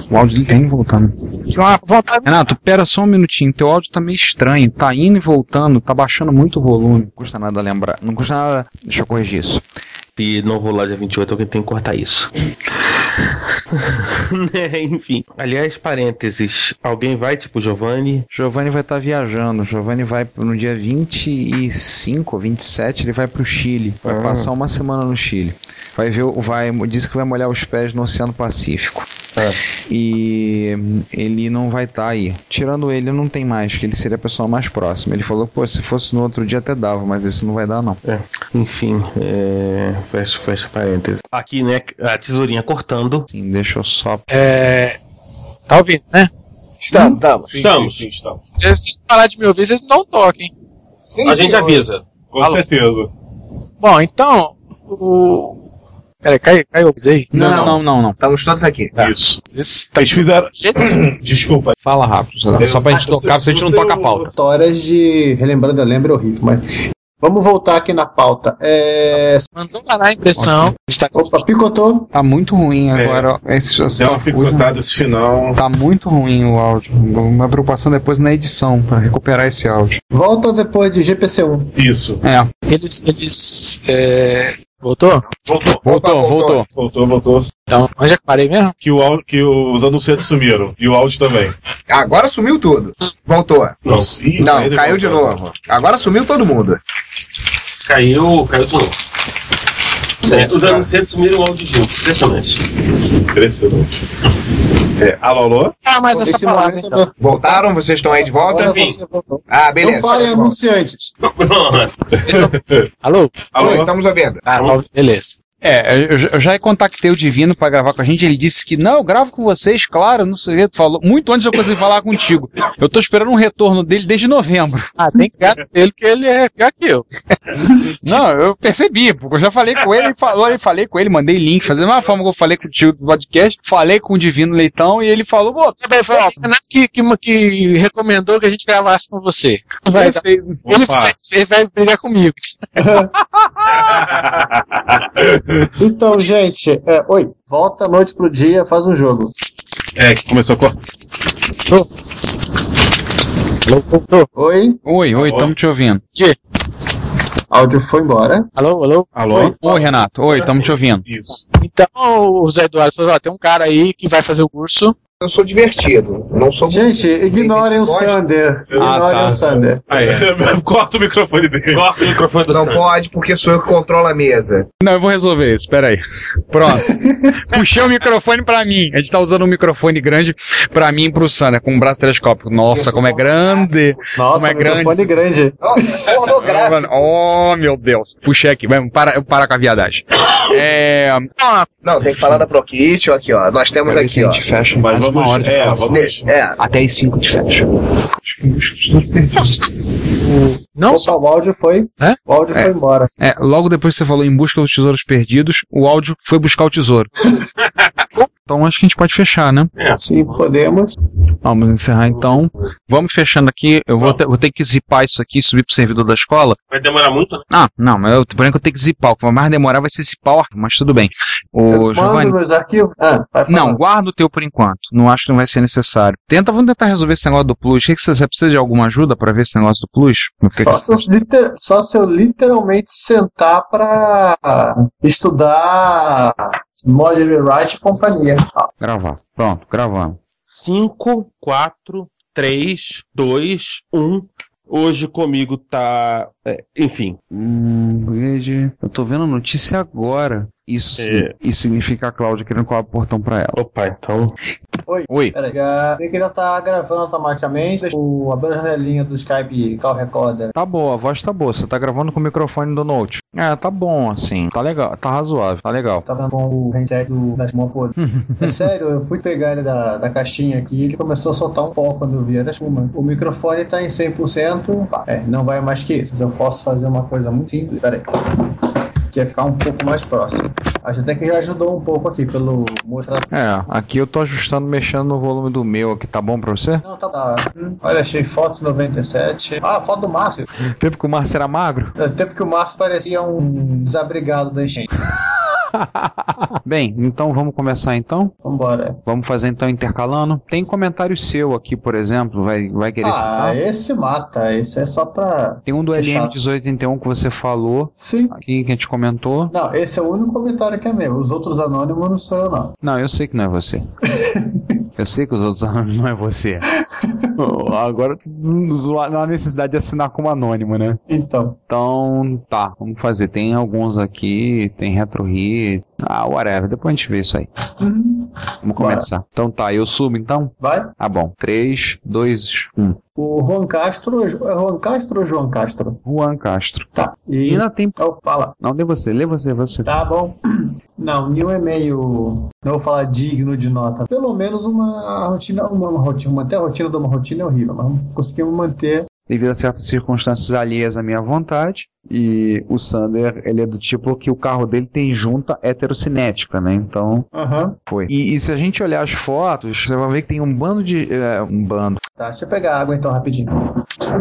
S18: O áudio dele tá indo e voltando. Tinha uma vontade. Renato, pera só um minutinho. Teu áudio tá meio estranho. Tá indo e voltando, tá baixando muito o volume.
S10: Não custa nada lembrar. Não custa nada. Deixa eu corrigir isso.
S7: se não vou lá dia 28, alguém tem que cortar isso. Né, Enfim. Aliás, parênteses. Alguém vai, tipo Giovanni?
S19: Giovanni vai estar viajando. Giovanni vai pro- no dia 25 ou 27, ele vai pro Chile. Vai
S7: Ah.
S19: passar uma semana no Chile. Vai ver, o- vai, disse que vai molhar os pés no Oceano Pacífico.
S4: É.
S19: E hum, ele não vai estar aí. Tirando ele, não tem mais, que ele seria a pessoa mais próxima. Ele falou, pô, se fosse no outro dia até dava, mas esse não vai dar, não.
S7: Enfim, é... fecha, fecha parênteses. Aqui, né? A tesourinha cortando.
S19: Sim, deixa eu só.
S4: É. Tá ouvindo, né?
S9: Hum?
S20: Estamos,
S4: estamos.
S20: Estamos. Sim, estamos.
S4: Se vocês parar de me ouvir, vocês não toquem.
S20: a gente avisa. Com
S4: Alô.
S20: certeza.
S4: Bom, então. O... Peraí, caiu, caiu o Zay?
S20: Não, não,
S4: não, não.
S20: Estamos todos aqui.
S9: Tá.
S20: Isso. Eles fizeram. Desculpa.
S4: Fala rápido,
S20: só pra gente tocar,
S9: se
S20: senão a gente não toca a pauta.
S9: Histórias de. Relembrando, eu lembro, é horrível, mas. Vamos voltar aqui na pauta. É.
S4: Mandou parar a impressão.
S9: Opa, picotou.
S19: Tá muito ruim
S4: É.
S19: agora. ó, Esse, esse
S20: Deu uma
S4: tá
S20: picotada esse um final.
S19: Tá muito ruim o áudio. Uma preocupação depois na edição, pra recuperar esse áudio.
S9: Volta depois de GPC1.
S20: Isso.
S19: É.
S4: Eles. eles é... Voltou?
S20: Voltou.
S4: Voltou, voltou.
S20: Voltou, voltou.
S4: Então, onde é que parei mesmo?
S20: Que, o áudio, que os anunciantes sumiram. E o áudio também.
S6: Agora sumiu tudo. Voltou.
S20: Não, sim,
S6: Não,
S20: ainda
S6: caiu de
S20: voltou.
S6: novo. Agora sumiu todo mundo.
S9: Tá,
S21: Caiu, caiu de novo. É, os anunciantes sumiram o áudio junto. Impressionante.
S20: Impressionante. É, alô, alô?
S4: Ah, mas essa palavra, então.
S6: Voltaram? Vocês estão aí de volta?
S20: Agora você
S6: Ah, beleza.
S9: Não parem anunciantes.
S4: Alô?
S6: Alô, estamos ouvindo.
S4: beleza.
S10: É, eu, eu já contactei o Divino pra gravar com a gente. Ele disse que não, eu gravo com vocês, claro, não sei o que. Falou muito antes de eu conseguir falar contigo. Eu tô esperando um retorno dele desde novembro.
S4: Ah, tem que ligar ele que ele é pior que eu.
S10: Não, eu percebi, porque eu já falei com ele, ele falou, eu falei com ele, mandei link, fazendo a mesma forma que eu falei com o tio do podcast, falei com o Divino Leitão e ele falou, pô,
S4: Também foi o Renato que, que, que recomendou que a gente gravasse com você. Vai, dar- ele,
S10: Perfeito.
S4: vai, ele vai brigar comigo.
S9: Então, gente, é, oi, volta à noite pro dia, faz um jogo.
S20: É, que começou a cortar.
S4: Alô, voltou.
S9: Oi?
S10: Oi, oi, estamos te ouvindo.
S4: Que?
S9: Áudio foi embora.
S4: Alô, alô?
S10: Oi, Renato. Oi, estamos te ouvindo.
S20: Isso.
S4: Então, o Zé Eduardo falou: ó, tem um cara aí que vai fazer o curso.
S6: Eu sou divertido. Não sou
S9: Gente, ignorem o Sander. Ignorem
S6: tá.
S9: o Sander.
S20: Corta o microfone dele.
S21: Corta o microfone
S6: Não pode, porque sou eu que controlo a mesa.
S10: Não, eu vou resolver isso, peraí. Pronto. Puxei o microfone pra mim. A gente tá usando um microfone grande pra mim e pro Sander, com um braço telescópico. Nossa, como é grande! como é grande.
S9: microfone grande.
S10: Mano, Oh, meu Deus. Puxei aqui, vai, para, eu parar com a viadagem. É.
S6: Não, tem que falar da ProKit, ó, aqui, ó. Nós temos
S10: Quero ver se
S6: aqui,
S10: a
S6: ó.
S10: gente fecha em Mas mais vamos- uma hora de é, gravação. vamos-
S6: É.
S10: Até as 5 de fecha.
S4: Não?
S9: Opa, o áudio foi.
S10: Hã?
S9: O áudio
S10: É.
S9: foi embora.
S10: É, logo depois que você falou em busca dos tesouros perdidos, o áudio foi buscar o tesouro. então acho que a gente pode fechar, né?
S9: Sim, É, assim podemos.
S10: Vamos encerrar então. Vamos fechando aqui. Eu vou ter, vou ter que zipar isso aqui e subir pro servidor da escola.
S21: Vai demorar muito, né?
S10: Ah, não, mas eu, porém que eu tenho que zipar. O que vai mais demorar vai ser zipar o arquivo, mas tudo bem. Ô, Giovanni.
S9: Mando meus arquivos. Ah, vai
S10: Não, guarda o teu por enquanto. Não acho que não vai ser necessário. Tenta, vamos tentar resolver esse negócio do plus. O que, que você, você precisa de alguma ajuda pra ver esse negócio do plus? O que que
S9: Só
S10: você-
S9: se, eu liter- só se eu literalmente sentar pra estudar Modern Rewrite e companhia. Ah,
S10: Gravar. Pronto, gravando.
S7: 5, 4, 3, 2, 1. Hoje comigo tá. é, enfim.
S19: Hum, Brigade, eu tô vendo a notícia agora. Isso,
S7: É.
S19: sim- isso significa a Cláudia querendo colar o portão pra ela.
S7: Opa, então.
S9: Oi.
S10: Oi.
S9: Peraí. Já- Vê que ele tá gravando automaticamente. Deixa eu abrir a janelinha do Skype Call Recorder.
S19: Tá boa, a voz tá boa. Você tá gravando com o microfone do Note. É, tá bom assim. Tá legal, tá razoável, tá legal.
S9: Tava com o handset do, das mãos podres. É sério, eu fui pegar ele da, da caixinha aqui e ele começou a soltar um pó quando eu vi. Era espuma. O microfone tá em 100%. Pá, é, não vai mais que isso. Mas eu posso fazer uma coisa muito simples. Peraí. Que é ficar um pouco mais próximo. Acho até que já ajudou um pouco aqui pelo mostrar.
S19: É, aqui eu tô ajustando, mexendo no volume do meu aqui. Tá bom pra você?
S9: Não, tá, tá. Hum, Olha, achei foto 97. Ah, foto do Márcio.
S19: Tempo que o Márcio era magro?
S9: É, Tempo que o Márcio parecia um desabrigado da enchente.
S10: Bem, então vamos começar então?
S9: Vambora.
S10: Vamos fazer então intercalando. Tem comentário seu aqui, por exemplo, vai, vai querer
S9: Ah,
S10: citar?
S9: esse mata, esse é só pra.
S10: Tem um do
S9: ser chato.
S10: LM1881 que você falou.
S9: Sim.
S10: Aqui que a gente comentou.
S9: Não, esse é o único comentário que é meu. Os outros anônimos não sou eu, não.
S10: Não, eu sei que não é você. Eu sei que os outros anônimos não é você. Oh, Agora tu não zoa- não há necessidade de assinar como anônimo, né?
S9: Então.
S10: Então, tá, vamos fazer. Tem alguns aqui, tem Retro Hit. Ah, whatever. Depois a gente vê isso aí.
S9: Uhum.
S10: Vamos começar. Então tá, eu subo então?
S9: Vai.
S10: Ah, bom. um. 3, 2, 1.
S9: O Juan Castro. É Juan Castro ou João Castro?
S10: Juan Castro.
S9: Tá. E
S10: ainda tem.
S9: fala.
S10: Não, lê você, lê você, você.
S9: Tá bom. Não, nenhum e-mail, não vou falar digno de nota. Pelo menos uma rotina, uma, uma rotina, manter a rotina de uma rotina é horrível, mas conseguimos manter.
S10: devido a certas circunstâncias alheias à minha vontade. E o Sander, ele é do tipo que o carro dele tem junta heterocinética, né? Então,
S9: Aham.
S10: foi. E, e se a gente olhar as fotos, você vai ver que tem um bando de. é, um bando.
S9: Tá, deixa eu pegar a água então rapidinho.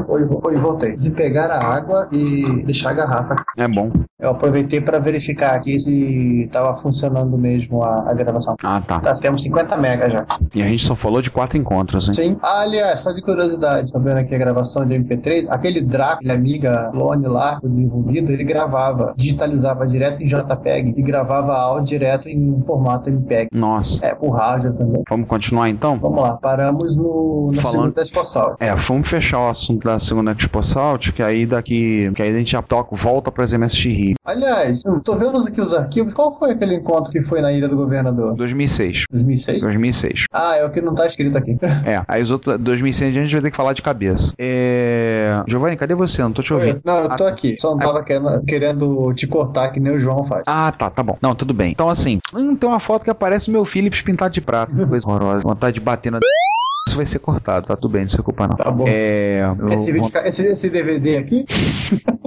S9: Foi, foi, voltei. Desempegar a água e deixar a garrafa aqui.
S10: É bom.
S9: Eu aproveitei para verificar aqui se estava funcionando mesmo a, a gravação.
S10: Ah, tá.
S9: Tá, temos 50 megas já.
S10: E a gente só falou de quatro encontros, hein?
S9: Sim. Ah, aliás, só de curiosidade, tá vendo aqui a gravação de MP3? Aquele Draco, ele amiga clone lá, o desenvolvido, ele gravava, digitalizava direto em JPEG e gravava áudio direto em formato MPEG.
S10: Nossa.
S9: É, por rádio também.
S10: Vamos continuar então?
S9: Vamos lá, paramos no, na
S10: Falando-
S9: segunda expansão.
S10: É, vamos fechar o assunto da segunda Expo Salt, que aí daqui. que aí a gente já toca, volta para as MSX.
S9: Aliás, eu tô vendo aqui os arquivos. Qual foi aquele encontro que foi na Ilha do Governador?
S10: 2006.
S9: 2006?
S10: 2006.
S9: Ah, é o que não tá escrito aqui.
S10: É, aí os outros 2006 em diante a gente vai ter que falar de cabeça. É... Giovanni, cadê você? Não tô te ouvindo.
S9: Não, eu tô aqui. Só não tava querendo, querendo te cortar que nem o João faz.
S10: Ah, tá, tá bom. Não, tudo bem. Então, assim, hum, tem uma foto que aparece o meu Philips pintado de prata. Que Coisa horrorosa. Vontade de bater na. Isso vai ser cortado, tá tudo bem, não se preocupa não. Tá
S9: bom.
S10: É. eu-
S9: Esse, vídeo, esse, esse DVD aqui?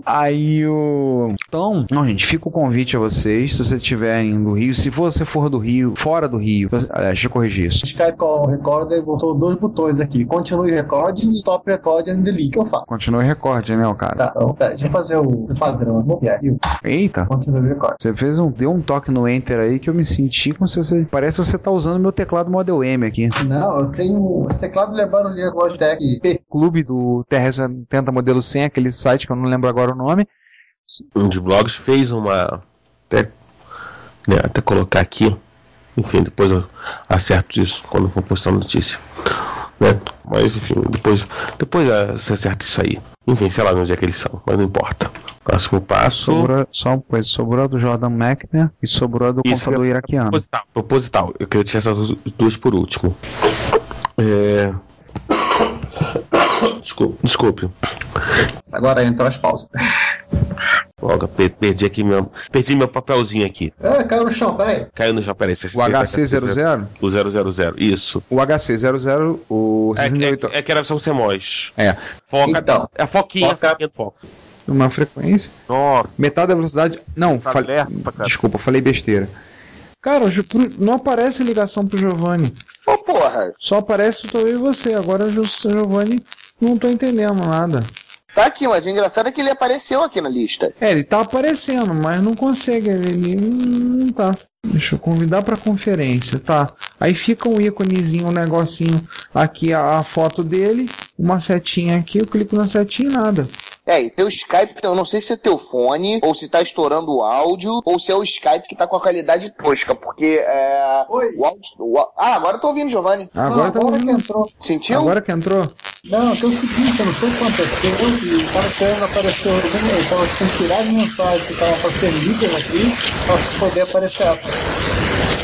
S10: Aí o. Então, não, gente, fica o convite a vocês. Se você estiver no Rio, se você for do Rio, fora do Rio, você- aliás, deixa eu corrigir isso.
S9: Skype Call Record e botou dois botões aqui. Continue Record e Stop Record and Delete. que eu faço?
S10: Continua o recorde, né, o cara?
S9: Tá, então, pera, deixa eu fazer o o padrão. Vou copiar aqui.
S10: Eita.
S9: Continue Record.
S10: Você fez um, deu um toque no Enter aí que eu me senti como se você. Parece que você tá usando meu teclado Model M aqui.
S9: Não, eu tenho. Esse teclado lembrando ali a Logitech P.
S10: Clube do TR-70 Modelo 100, aquele site que eu não lembro agora o nome.
S7: Um dos blogs fez uma. Até, né, até colocar aqui. Enfim, depois eu acerto isso quando for postar a notícia. Né? Mas enfim, depois, depois ah, você acerta isso aí. Enfim, sei lá onde é que eles são, mas não importa. Próximo passo.
S10: Sobrou, só uma coisa, sobrou a do Jordan Mechner e sobrou a do
S7: Isso,
S10: computador
S7: é
S10: iraquiano.
S7: Proposital, proposital. Eu queria tirar essas duas por último. É... Desculpe, desculpe.
S9: Agora entra as pausas.
S7: Logo, per- perdi aqui meu. Perdi meu papelzinho aqui.
S9: É, caiu no chão, peraí.
S7: Caiu no já peraí.
S10: O HC00?
S7: O 00, isso.
S10: O HC00, o
S7: É,
S10: 68.
S7: é, é que era são semóis.
S10: É.
S7: Foca,
S9: Então.
S7: é a foquinha.
S9: Foca.
S7: foquinha do foco.
S10: Uma frequência.
S7: Nossa.
S10: Metade da velocidade. Não,
S7: Tá
S10: falei.
S7: lerpa, cara.
S10: Desculpa, falei besteira.
S18: Cara, o Ju- pro- não aparece ligação pro Giovanni.
S22: Ô porra,
S18: Só aparece o Tô eu e você. Agora o Ju- Giovanni não tô entendendo nada.
S22: tá aqui, mas o engraçado é que ele apareceu aqui na lista.
S18: É, ele tá aparecendo, mas não consegue. Ele ele não tá. Deixa eu convidar pra conferência, tá? Aí fica um íconezinho, um negocinho aqui, a, a foto dele, uma setinha aqui, eu clico na setinha e nada.
S22: É, e teu Skype, eu não sei se é teu fone, ou se tá estourando o áudio, ou se é o Skype que tá com a qualidade tosca, porque é.
S9: Oi. Ah,
S22: O áudio, o á- ah, agora eu tô ouvindo, Giovanni.
S18: Agora tá
S9: agora
S18: ouvindo.
S9: que entrou.
S22: Sentiu?
S18: Agora que entrou?
S9: Não, tem o seguinte, eu não sei o que aconteceu, e o cara querendo aparecer no e-mail, então eu tinha que tirar as mensagens que estavam pra ser lidas aqui, pra poder aparecer essa.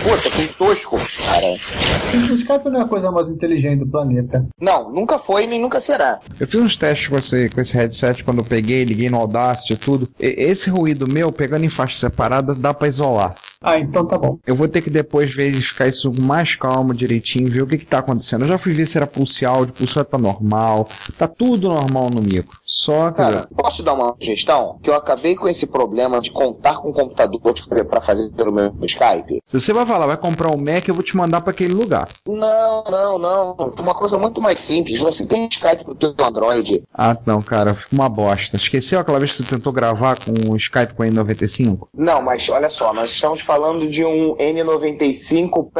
S22: Puta, que tosco, cara.
S9: O Skype não é a coisa mais inteligente do planeta.
S22: Não, nunca foi nem nunca será.
S10: Eu fiz uns testes com esse, com esse headset quando eu peguei, liguei no Audacity e tudo. E- esse ruído meu, pegando em faixa separada, dá pra isolar.
S9: Ah, então tá bom.
S10: Eu vou ter que depois verificar isso com mais calma, direitinho, ver o que, que tá acontecendo. Eu já fui ver se era pulse áudio, pulse áudio tá normal. Tá tudo normal no micro. Só que.
S22: Cara, posso te dar uma sugestão? Que eu acabei com esse problema de contar com o computador pra fazer- pra fazer pelo meu Skype.
S10: se você vai falar, vai comprar um Mac, eu vou te mandar pra aquele lugar.
S22: Não, não, não. Uma coisa muito mais simples. Você tem Skype pro teu Android.
S10: Ah, não, cara, fica uma bosta. Esqueceu aquela vez que tu tentou gravar com o Skype com o N95?
S22: Não, mas olha só, nós estamos
S6: falando de um N95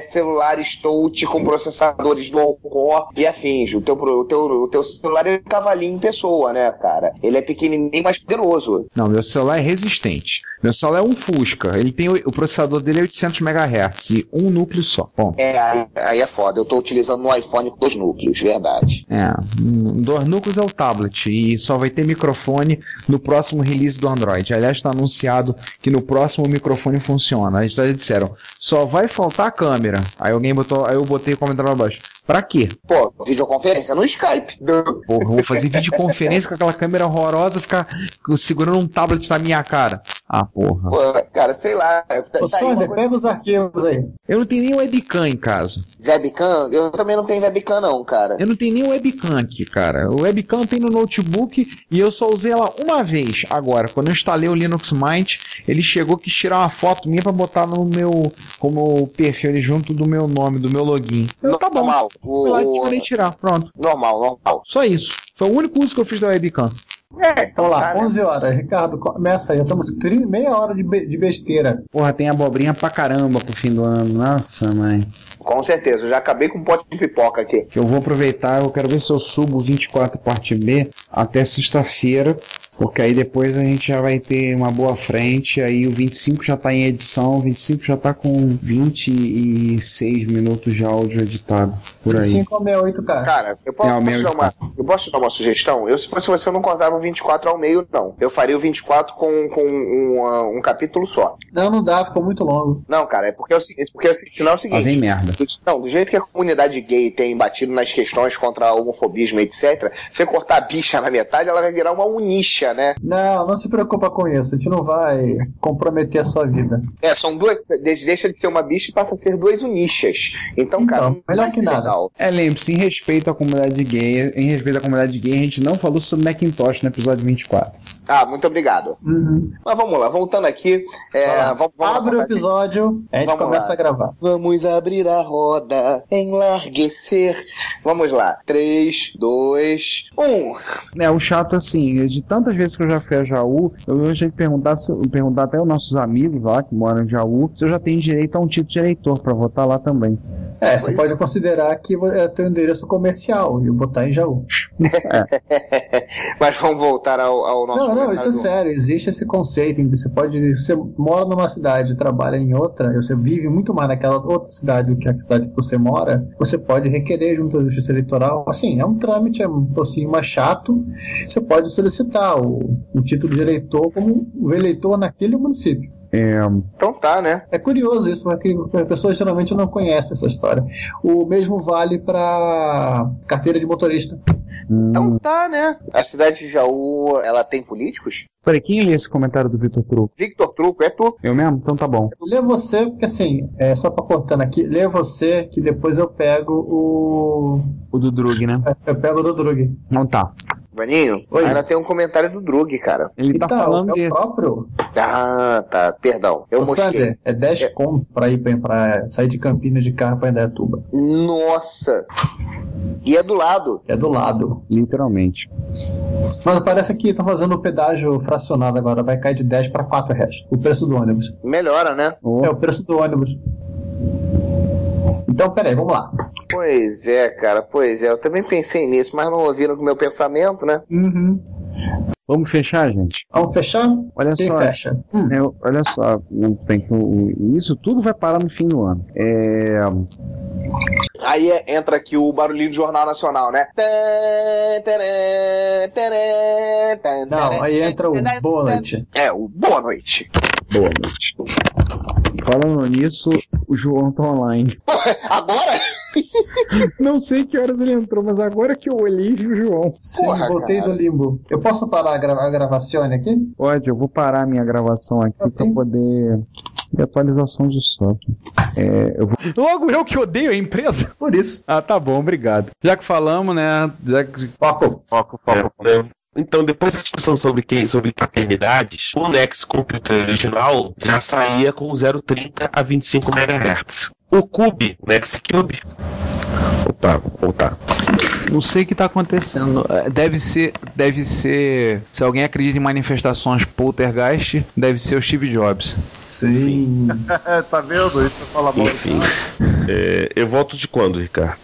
S6: pré-celulares touch com processadores dual-core e afins. O teu, pro- o, teu, o teu celular é um cavalinho em pessoa, né, cara? Ele é pequenininho, mas poderoso.
S23: Não, meu celular é resistente. Meu celular é um Fusca. Ele tem o, o processador dele é 800 MHz e um núcleo só. Bom,
S6: É, aí, aí é foda. Eu tô utilizando um iPhone com dois núcleos, verdade.
S23: é, hum, dois núcleos é o tablet e só vai ter microfone no próximo release do Android. Aliás, está anunciado que no próximo o microfone funciona. Eles já disseram, só vai faltar a câmera. Aí alguém botou, aí eu botei o comentário lá abaixo. Pra quê?
S6: Pô, videoconferência no Skype.
S23: Porra, eu vou fazer videoconferência com aquela câmera horrorosa, ficar segurando um tablet na minha cara. Ah, porra.
S6: Pô, cara, sei lá. Tá,
S9: Ô, Sander, pega os arquivos aí.
S23: Eu não tenho nem webcam em casa.
S6: Webcam? Eu também não tenho webcam, não, cara.
S23: Eu não tenho nem webcam aqui, cara. O webcam tem no notebook e eu só usei ela uma vez. Agora, quando eu instalei o Linux Mint, ele chegou que tirar uma foto minha pra botar no meu como perfil ali junto do meu nome, do meu login. Eu, tá bom.
S6: Normal.
S23: Fui lá e tirei tirar, pronto.
S6: Normal, normal.
S23: Só isso. Foi o único uso que eu fiz da webcam.
S6: É,
S9: Vamos lá, 11 horas. Ricardo, começa aí. Estamos tri- meia hora de, be- de besteira.
S10: Porra, tem abobrinha pra caramba pro fim do ano. Nossa, mãe.
S6: Com certeza, eu já acabei com um pote de pipoca aqui.
S10: Que eu vou aproveitar, eu quero ver se eu subo 24 parte B até sexta-feira, porque aí depois a gente já vai ter uma boa frente, aí o 25 já tá em edição, o 25 já tá com 26 minutos de áudio editado por aí.
S9: 5 a 68, cara.
S6: Cara, eu posso,
S10: É, o meu
S6: posso dar uma, eu posso te dar uma sugestão? Eu, se fosse você, eu não cortava o 24 ao meio, não. Eu faria o 24 com, com um, ah, um capítulo só.
S9: Não, não dá, ficou muito longo.
S6: Não, cara, é porque, é o, seguinte- porque é o, se- senão é o seguinte.
S10: Lá Ah, vem merda.
S6: do- Não, do jeito que a comunidade gay tem batido nas questões contra a homofobismo, etc., você cortar a bicha na metade, ela vai virar uma unicha, né?
S9: Não, não se preocupa com isso. A gente não vai comprometer a sua vida.
S6: É, são duas. de- Deixa de ser uma bicha e passa a ser duas unichas. Então, cara. Melhor que nada.
S10: É, lembre-se, em respeito à comunidade gay, em respeito à comunidade gay, a gente não falou sobre Macintosh no episódio 24.
S6: Ah, muito obrigado.
S23: Uhum.
S6: Mas vamos lá, voltando aqui. é, vamos, Abre o
S9: episódio, a gente começa a gravar.
S6: Vamos abrir a roda, enlarguecer. Vamos lá. um. 3, 2, 1.
S10: É, o chato assim, de tantas vezes que eu já fui a Jaú, eu hoje tenho que perguntar, se- perguntar até aos nossos amigos lá que moram em Jaú se eu já tenho direito a um título de eleitor pra votar lá também.
S9: É, você pode considerar que vo- é teu endereço comercial e botar em Jaú.
S6: Mas vamos voltar ao, ao nosso.
S9: não, não,
S6: comentário
S9: isso é
S6: do-
S9: sério. Existe esse conceito em que você pode. Você mora numa cidade, trabalha em outra, e você vive muito mais naquela outra cidade do que a cidade que você mora. Você pode requerer junto à Justiça Eleitoral. Assim, é um trâmite, é um pouquinho mais chato. Você pode solicitar o, o título de eleitor como o eleitor naquele município.
S10: É,
S6: Então tá, né?
S9: É curioso isso, mas que as pessoas geralmente não conhecem essa história. O mesmo vale para carteira de motorista.
S10: Hum.
S6: Então tá, né? A cidade de Jaú, ela tem políticos?
S10: Peraí, quem lê esse comentário do Vitor Truco?
S6: Victor Truco, é tu?
S10: Eu mesmo? Então tá bom.
S9: Lê você, porque assim, é, só pra cortando aqui, lê você que depois eu pego o.
S10: O do Drug, né?
S9: Eu pego o do Drug.
S10: Não tá.
S6: Maninho,
S9: Oi.
S6: ainda tem um comentário do Drug, cara.
S10: Ele
S9: tá Então, falando é o desse. próprio?
S6: Ah, tá. Perdão. Eu
S9: Ô,
S6: mostrei.
S9: Sander, é 10 conto pra ir pra, pra sair de Campinas de carro pra é Indaiatuba.
S6: Nossa! E é do lado.
S9: É do lado.
S10: Literalmente.
S9: Mas parece que estão fazendo o pedágio fracionado agora, vai cair de 10 pra 4 reais. O preço do ônibus.
S6: Melhora, né?
S9: É o preço do ônibus. Então, peraí, vamos lá.
S6: Pois é, cara, pois é. Eu também pensei nisso, mas não ouviram com o meu pensamento, né?
S9: Uhum.
S10: Vamos fechar, gente?
S9: Vamos fechar?
S10: Olha
S9: Quem
S10: só.
S9: fecha?
S10: Eu- olha só, não tem que- o- isso tudo vai parar no fim do ano. É,
S6: Aí é- entra aqui o barulhinho do Jornal Nacional, né? É,
S9: Não, aí entra o boa noite.
S6: É, o boa noite.
S10: Boa noite. Falando nisso, o João tá online.
S6: Agora?
S10: Não sei que horas ele entrou, mas agora que eu olhei, vi o João.
S9: Sim, voltei do limbo. Eu posso parar a, grava- a gravação aqui?
S10: Pode, eu vou parar minha gravação aqui pra poder. ter atualização de software. É, eu vou... Logo eu que odeio a empresa.
S9: Por isso.
S10: Ah, tá bom, obrigado. Já que falamos, né? Já que...
S9: Foco.
S10: Foco,
S7: né? Então, depois da discussão sobre quem, sobre paternidades, o Nex Computer original já saía com 0,30 a 25 MHz. O Cube, Nex Cube. Opa, voltar.
S24: Não sei o que tá acontecendo. É, Deve ser. Deve ser. Se alguém acredita em manifestações poltergeist, deve ser o Steve Jobs.
S9: Sim.
S25: tá vendo? Isso fala mal.
S7: Enfim. É, eu volto de quando, Ricardo?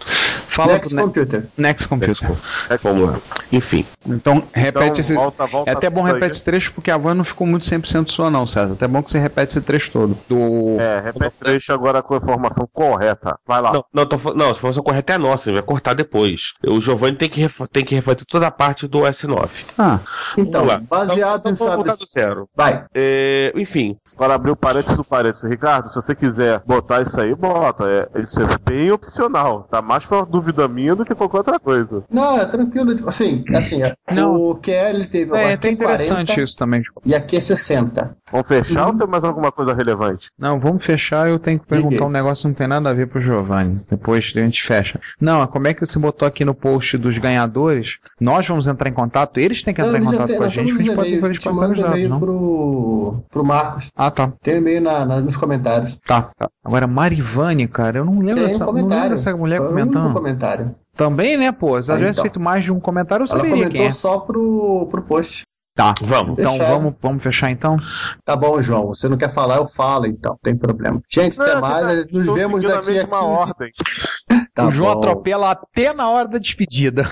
S7: Fala
S9: Next
S7: pro Ne-
S9: Computer.
S7: Next Computer. Vamos lá. Enfim.
S26: Então, repete esse.
S25: volta, volta
S26: é até bom
S25: tudo
S26: repetir
S25: aí.
S26: esse trecho porque a voz não ficou muito 100% sua, não, César. Até bom que você repete esse trecho todo. Do...
S25: É, repete o trecho agora com a informação correta. Vai lá.
S7: Não, não, tô, fal- não, a informação correta é a nossa, vai cortar depois. O Giovanni tem que, ref- tem que refazer toda a parte do S9.
S26: Ah.
S9: Então,
S7: Vamos lá.
S9: baseado em
S7: Então, Vamos
S9: saber.
S7: voltar do zero.
S9: Vai.
S7: É, enfim.
S25: Para abrir o parênteses do parênteses, Ricardo, se você quiser botar isso aí, bota. É, isso é bem opcional. Tá mais pra dúvida minha do que qualquer outra coisa.
S9: Não, é tranquilo. tipo, Assim, assim, é, o QL teve
S25: É,
S9: aqui
S25: é interessante
S9: 40,
S26: isso também.
S9: E aqui é 60.
S25: Vamos fechar ou tem mais alguma coisa relevante?
S26: Não, vamos fechar. Eu tenho que perguntar um negócio que não tem nada a ver pro Giovanni. Depois a gente fecha. Não, como é que você botou aqui no post dos ganhadores? Nós vamos entrar em contato? Eles têm que
S9: Não,
S26: entrar em
S9: Então, eles
S26: contato
S9: até-
S26: com a
S9: nós
S26: gente,
S9: temos
S26: porque a gente pode
S9: e-mail,
S26: depois
S9: te
S26: passar
S9: manda
S26: os dados,
S9: e-mail
S26: não?
S9: Pro, pro Marcos.
S26: Ah, tá.
S9: Tem um e-mail na, na- nos comentários.
S26: Tá, tá. Agora, Marivane, cara, eu não lembro,
S9: Tem um
S26: dessa, não lembro
S9: comentário.
S26: dessa mulher
S9: Foi o único
S26: comentando.
S9: um comentário.
S26: Também, né, pô? Se ela
S9: Ah,
S26: tivesse
S9: então.
S26: feito mais de um comentário, eu
S9: Ela
S26: saberia
S9: comentou
S26: quem é.
S9: só pro, pro post.
S26: Tá, vamos. Então
S9: Fechado.
S26: vamos, vamos fechar então?
S9: Tá bom, João. Você não quer falar, eu falo, então. não Tem problema. Gente, até mais. nos vemos daqui a 15... Tá
S26: o João
S9: bom.
S26: atropela até na hora da despedida.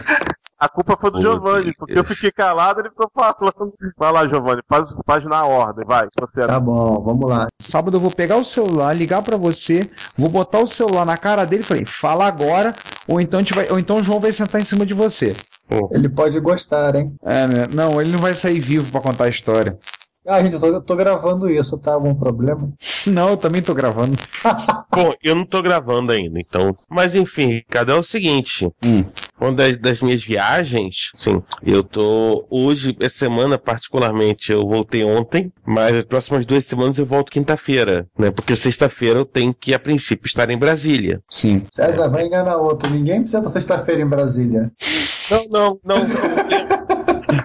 S25: A culpa foi do Giovanni, porque eu fiquei calado e ele ficou falando. Vai lá, Giovanni, faz, faz na ordem, vai. Você é
S9: Tá bom, vamos lá.
S10: Sábado eu vou pegar o celular, ligar pra você, vou botar o celular na cara dele e falei, fala agora, ou então, a gente vai, ou então o João vai sentar em cima de você.
S9: Ele pode gostar, hein?
S10: É, né? Não, ele não vai sair vivo pra contar a história.
S9: Ah, gente, eu tô, eu tô gravando isso, tá? Algum problema?
S10: Não, eu também tô gravando.
S7: Tá Bom, eu não tô gravando ainda, então. Mas enfim, Ricardo, é o seguinte.
S26: Hum,
S7: Uma das, das minhas viagens, sim, eu tô. Hoje, essa semana, particularmente, eu voltei ontem, mas as próximas duas semanas eu volto quinta-feira, né? Porque sexta-feira eu tenho que, a princípio, estar em Brasília.
S10: Sim.
S9: César, vai enganar outro. Ninguém precisa estar sexta-feira em Brasília.
S7: Não, não, não.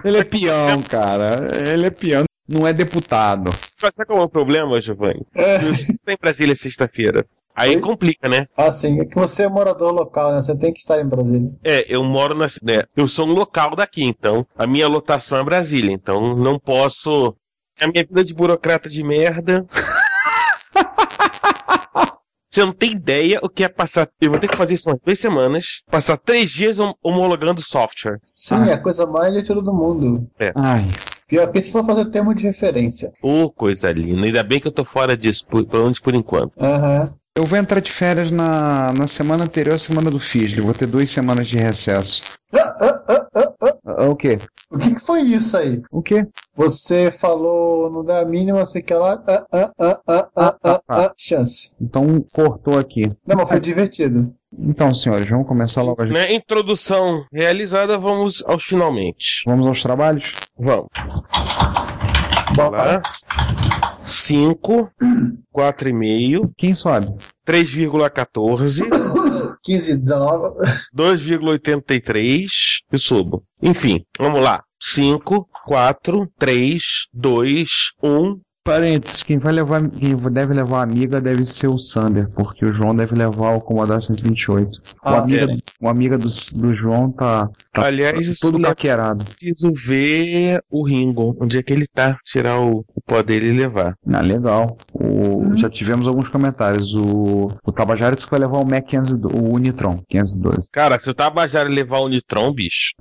S10: Ele é peão, cara. Ele é peão, não é deputado.
S7: Mas sabe qual é o problema, Giovanni?
S25: É.
S7: Eu estou em Brasília sexta-feira. Aí complica, né?
S9: Ah, sim. É que você é morador local, né? Você tem que estar em Brasília.
S7: É, eu moro na cidade. Eu sou um local daqui, então. A minha lotação é Brasília, então não posso. A minha vida de burocrata de merda. Você não tem ideia o que é passar. Eu vou ter que fazer isso umas duas semanas. Passar três dias hom- homologando software.
S9: Sim,
S26: Ah.
S9: é a coisa mais ligeira do mundo.
S7: É.
S9: Pior que se for fazer termo de referência.
S7: Ô, coisa linda. Ainda bem que eu tô fora disso, por, pelo menos por enquanto.
S9: Aham.
S10: Eu vou entrar de férias na, na semana anterior à semana do Fisli. Vou ter duas semanas de recesso.
S9: ah,
S10: Ah, O quê?
S9: O que, que foi isso aí?
S10: O quê?
S9: Você falou, não dá a mínima, sei que lá. Ah, ah, ah, ah, ah, ah, ah, chance.
S10: Então cortou aqui.
S9: Não, mas foi divertido.
S10: Então, senhores, vamos começar logo a gente.
S7: Né? Introdução realizada, vamos aos finalmente.
S10: Vamos aos trabalhos?
S7: Vamos. Bora. 5, 4,5.
S10: Quem sobe?
S7: 3,14.
S9: 15, 19.
S7: 2,83. Eu subo. Enfim, vamos lá. 5, 4, 3, 2, 1.
S10: Parênteses, quem vai levar, quem deve levar a amiga deve ser o Sander, porque o João deve levar o Commodore 128.
S7: Ah,
S10: o amiga,
S7: é.
S10: o amiga do, do João tá, tá
S7: Aliás, isso né?
S10: todo
S7: leva-
S10: caquerado.
S7: Preciso ver o Ringo, onde é que ele tá, tirar o, o pó dele e levar.
S10: Ah, legal. O- Já tivemos alguns comentários. O, o Tabajara disse que vai levar o Mac 512, o Unitron 512.
S7: Cara, se o Tabajara levar o Nitron, bicho,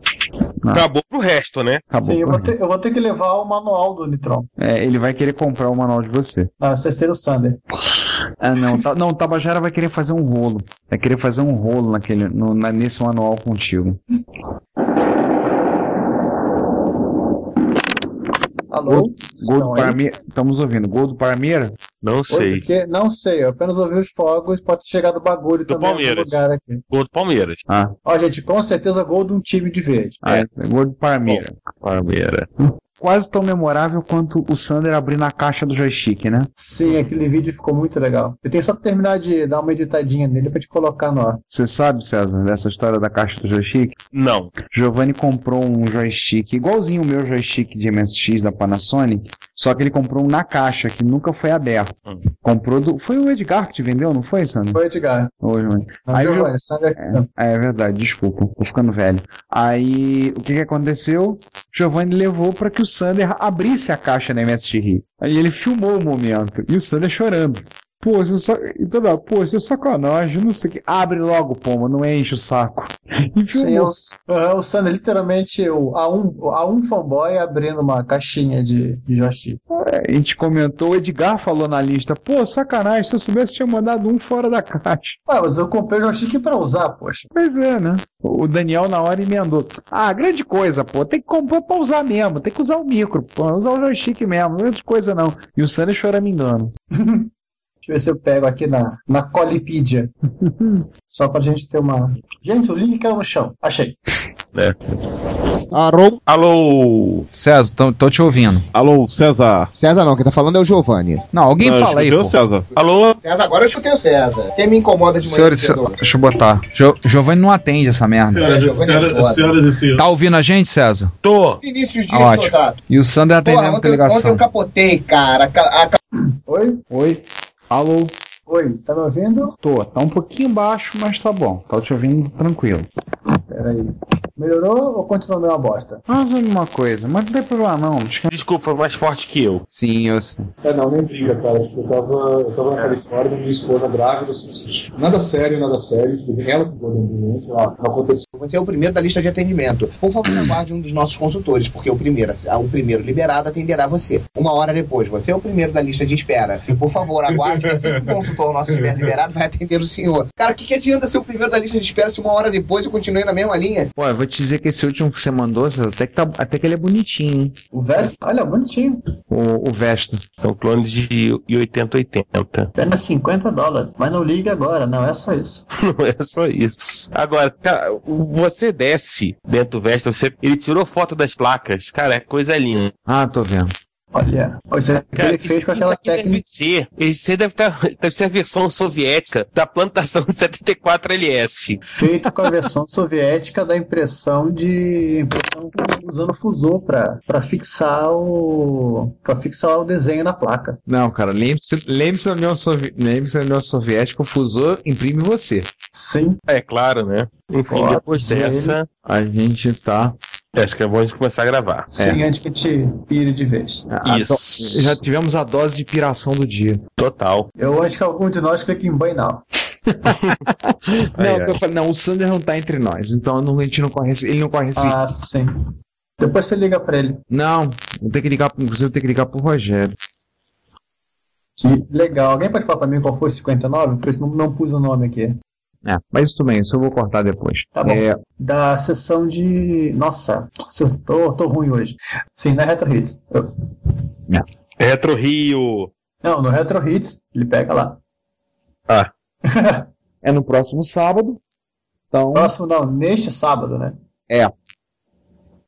S7: acabou pro resto, né?
S10: Acabou.
S9: Sim, eu vou, ter, eu vou ter que levar o manual do Nitron.
S10: É, ele vai querer comprar o manual de você.
S9: Ah, você ser o Sander.
S10: Ah, não, tá- não, o Tabajara vai querer fazer um rolo. Vai querer fazer um rolo naquele, no- na- nesse manual contigo.
S9: Alô?
S10: Gol do Parmeira. Estamos ouvindo. Gol do Parmeira?
S7: Não
S9: Oi, porque- não sei, eu apenas ouvi os fogos, pode ter chegado bagulho do também em algum
S10: Palmeiras.
S9: lugar aqui.
S7: Gol do Palmeiras.
S10: Ah,
S9: Ó, gente, com certeza gol de um time de verde.
S10: ah, é. gol do Parmeira.
S7: Palmeira.
S10: Quase tão memorável quanto o Sander abrindo a caixa do joystick, né?
S9: Sim, aquele vídeo ficou muito legal. Eu tenho só que terminar de dar uma editadinha nele pra te colocar no ar.
S10: Você sabe, César, dessa história da caixa do joystick?
S7: Não.
S10: Giovanni comprou um joystick igualzinho o meu joystick de MSX da Panasonic, só que ele comprou um na caixa, que nunca foi aberto. Comprou do. Foi o Edgar que te vendeu, não foi, Sandro?
S9: Foi o Edgar.
S10: Ô, Giovanni.
S9: Não,
S10: Aí o
S9: Giovanni,
S10: Gio-
S9: Sander-
S10: é, é verdade, desculpa, tô ficando velho. Aí o que, que aconteceu? Giovanni levou para que o
S27: Sander abrisse a caixa na MSG. Aí ele filmou o momento. E o Sander chorando. Pô, seu sa... toda, pô, seu sacanagem, não sei o que. Abre logo, pomba, não enche o saco. E
S9: Sim, é o,
S27: filmou.
S9: é o Sander, literalmente, o A1, o A1 fanboy abrindo uma caixinha de, de joystick.
S27: É, A gente comentou, o Edgar falou na lista, pô, sacanagem, se eu soubesse tinha mandado um fora da caixa.
S9: Ué, mas eu comprei o joystick pra usar, poxa.
S27: Pois é, né? O Daniel na hora emendou. Ah, grande coisa, pô, tem que comprar pra usar mesmo, tem que usar o micro, pô, usar o joystick mesmo, grande coisa não. E o Sander chora me engano.
S9: Deixa eu ver se eu pego aqui na, na Colipedia. Só pra gente ter uma. Gente, o link caiu no chão. Achei.
S10: É.
S28: Alô?
S10: Alô? César, tô, tô te ouvindo.
S28: Alô, César. César não, quem tá falando é o Giovanni.
S10: Não, alguém fala aí. pô.
S28: Alô?
S6: César, agora eu chutei o César. Quem me incomoda de manhã
S10: Senhores,
S6: cedo?
S10: se- deixa eu botar. Jo, Giovanni não atende essa merda.
S6: Senhoras- É, Giovanni é senhoras- foda. senhoras e senhores.
S10: Tá ouvindo a gente, César? Tô.
S6: Vinícius Dias
S10: Ótimo.
S6: Tosato.
S10: E o Sander
S6: Porra,
S10: atendendo a
S6: ontem, ontem
S10: ligação.
S6: eu capotei, cara. Ca- a ca-
S9: Oi?
S27: Oi? Alô?
S9: Oi, tá me ouvindo?
S27: Tô, tá um pouquinho baixo, mas tá bom. Tá te ouvindo tranquilo.
S9: Pera aí. Melhorou ou continua a mesma bosta?
S27: Mas olha uma coisa, mas não tem problema não.
S7: Desculpa, mais forte que eu.
S10: Sim, eu sei.
S29: É, não, nem briga, cara. Tipo, eu tava, eu tava
S9: É.
S29: na Califórnia, minha esposa grávida, assim, nada sério, nada sério, tudo bem, ela que ficou dentro sei lá, não aconteceu.
S6: Você é o primeiro da lista de atendimento. Por favor, aguarde um dos nossos consultores, porque o primeiro, o primeiro liberado atenderá você. Uma hora depois, você é o primeiro da lista de espera. Por favor, aguarde, que assim que o consultor nosso estiver liberado, vai atender o senhor. Cara, o que, que adianta ser o primeiro da lista de espera se uma hora depois eu continuei na mesma linha?
S10: Pô, eu vou te dizer que esse último que você mandou, César, até que, tá, até que ele é bonitinho, hein?
S9: O Vesta? Olha, bonitinho.
S10: O, o Vesta.
S7: É um clone de 8080.
S9: Apenas 50 dólares. Mas não liga agora, não é só isso.
S7: Não é só isso. Agora, cara, você desce dentro do Vesta, você, ele tirou foto das placas. Cara, é coisa linda.
S10: Ah, tô vendo.
S9: Olha, ó, isso aqui
S7: Cara,
S9: ele fez com aquela
S7: aqui deve
S9: técnica.
S7: ser. Isso aí deve, tá, deve ser a versão soviética da plantação 74LS.
S9: Feito com a versão soviética da impressão de. impressão tá usando fusô pra, pra fixar o. pra fixar o desenho na placa.
S10: Não, cara, lembre-se lembre da União Sovi- lembre-se da União Soviética, o Fusor imprime você.
S9: Sim.
S7: É claro, né? Enfim,
S10: Ó,
S7: depois
S10: gente.
S7: dessa.
S10: A gente tá.
S7: Acho que é bom a gente começar a gravar. É.
S9: Sim, Ah, então, antes que te pire de vez.
S10: A- a do- já tivemos a dose de piração do dia.
S7: Total.
S9: Eu acho que algum de nós clica em banho não.
S10: Não,
S9: ai.
S10: eu tô falando- não, o Sander não tá entre nós, então não- a gente não corre, esse- ele não corre esse.
S9: Ah, sim. Depois você liga pra ele.
S10: Não, vou ter que ligar, inclusive vou ter que ligar pro Rogério.
S9: Legal. Alguém pode falar pra mim qual foi o 59? Porque eu não, não pus o nome aqui.
S10: É, mas tudo bem, isso eu vou cortar depois.
S9: Tá bom.
S10: É,
S9: Da sessão de. Nossa, se- tô, tô ruim hoje. Sim, na Retro Hits. Eu-
S7: Retro Rio.
S9: Não, no Retro Hits, ele pega lá.
S7: Ah.
S27: é no próximo sábado. Então.
S9: Próximo não, neste sábado, né?
S10: é.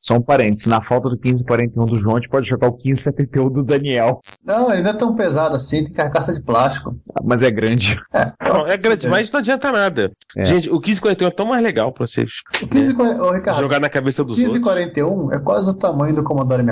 S10: Só um parênteses, na falta do 1541 do João, a gente pode jogar o 1571 do Daniel.
S9: Não, ele não é tão pesado assim, tem carcaça de plástico.
S10: Mas é grande.
S7: Não, é grande demais, não adianta nada. Gente, o 1541 é tão mais legal pra vocês.
S9: O 15, ô, Ricardo,
S7: Jogar na cabeça dos outros.
S9: 1541 é quase o tamanho do Commodore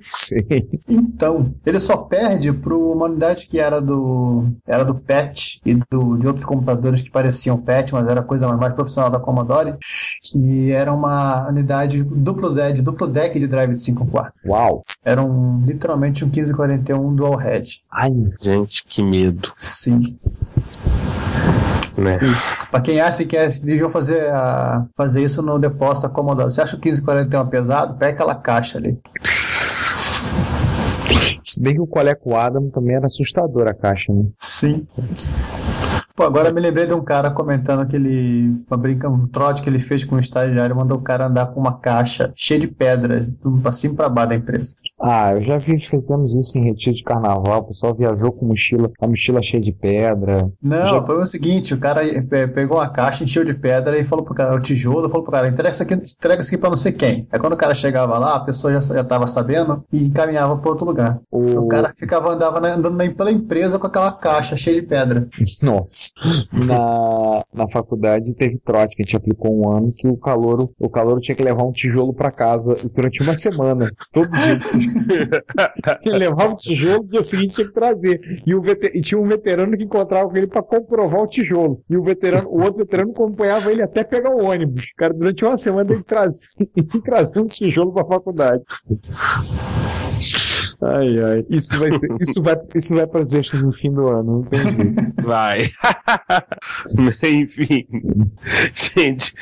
S9: 64. Então, ele só perde para uma unidade que era do era do PET e do, de outros computadores que pareciam PET, mas era coisa mais profissional da Commodore, que era uma unidade duplo deck, duplo deck de drive de 5 quartos.
S10: Uau!
S9: Era um, literalmente um 1541 dual head.
S10: Ai,
S7: gente, que medo.
S9: Sim.
S7: Né?
S9: Pra quem acha que é, deviam fazer, a- fazer isso no depósito da Commodore. Você acha o 1541 pesado? Pega aquela caixa ali.
S10: Se bem que o Coleco Adam também era assustador a caixa, né?
S9: Sim. Pô, agora me lembrei de um cara comentando que ele. Uma brinca, um trote que ele fez com um estagiário, mandou o cara andar com uma caixa cheia de pedras, do- pra cima e pra baixo da empresa.
S10: Ah, eu já vi, fizemos isso em retiro de carnaval, o pessoal viajou com mochila, a mochila cheia de pedra.
S9: Não, foi o seguinte: o cara eh, pegou uma caixa, encheu de pedra e falou pro cara, o tijolo, falou pro cara, entrega isso aqui, entrega isso aqui pra não sei quem. Aí quando o cara chegava lá, a pessoa já, já tava sabendo e encaminhava pra outro lugar. O cara ficava andava na- andando na- pela empresa com aquela caixa cheia de pedra.
S10: Nossa. Na, na faculdade teve trote que a gente aplicou um ano que o calouro, o calouro tinha que levar um tijolo pra casa durante uma semana, todo dia. ele levava o um tijolo, no dia seguinte tinha que trazer. E, o vete- e tinha um veterano que encontrava com ele pra comprovar o tijolo. E o veterano, o outro veterano acompanhava ele até pegar o ônibus. O cara durante uma semana ele trazia, trazia um tijolo pra faculdade.
S30: Ai, ai. Isso vai, ser, isso vai, isso vai para as extras no fim do ano. Entendi.
S7: Vai. Enfim. Gente,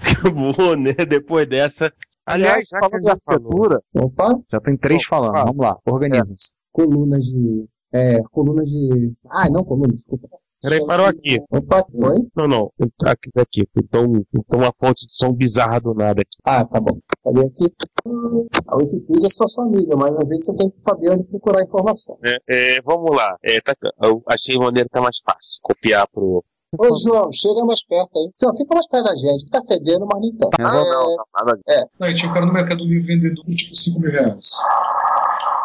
S7: acabou, né? Depois dessa. Aliás, já que a gente falou.
S30: Opa.
S31: Já tem três falando. Vamos lá, organizem-se.
S30: Colunas de. É, colunas de. Ah, não, colunas, desculpa.
S7: Peraí, parou aqui.
S30: Opa, foi?
S7: Não, não. Aqui, aqui. Então, então uma fonte de som bizarra do nada aqui.
S30: Ah, tá bom.
S32: Cadê aqui? Hum, A Wikipedia é sua família, mas às vezes você tem que saber onde procurar informação.
S7: É, é, vamos lá. É, tá- eu achei maneira que tá mais fácil. Copiar pro.
S32: Ô, João, chega mais perto aí. João, fica mais perto da gente. Tá fedendo, mas nem tanto. Ah,
S7: Não, não, não, nada disso.
S32: É.
S33: Não, e tinha um cara no Mercado Livre vendendo por tipo 5 mil reais.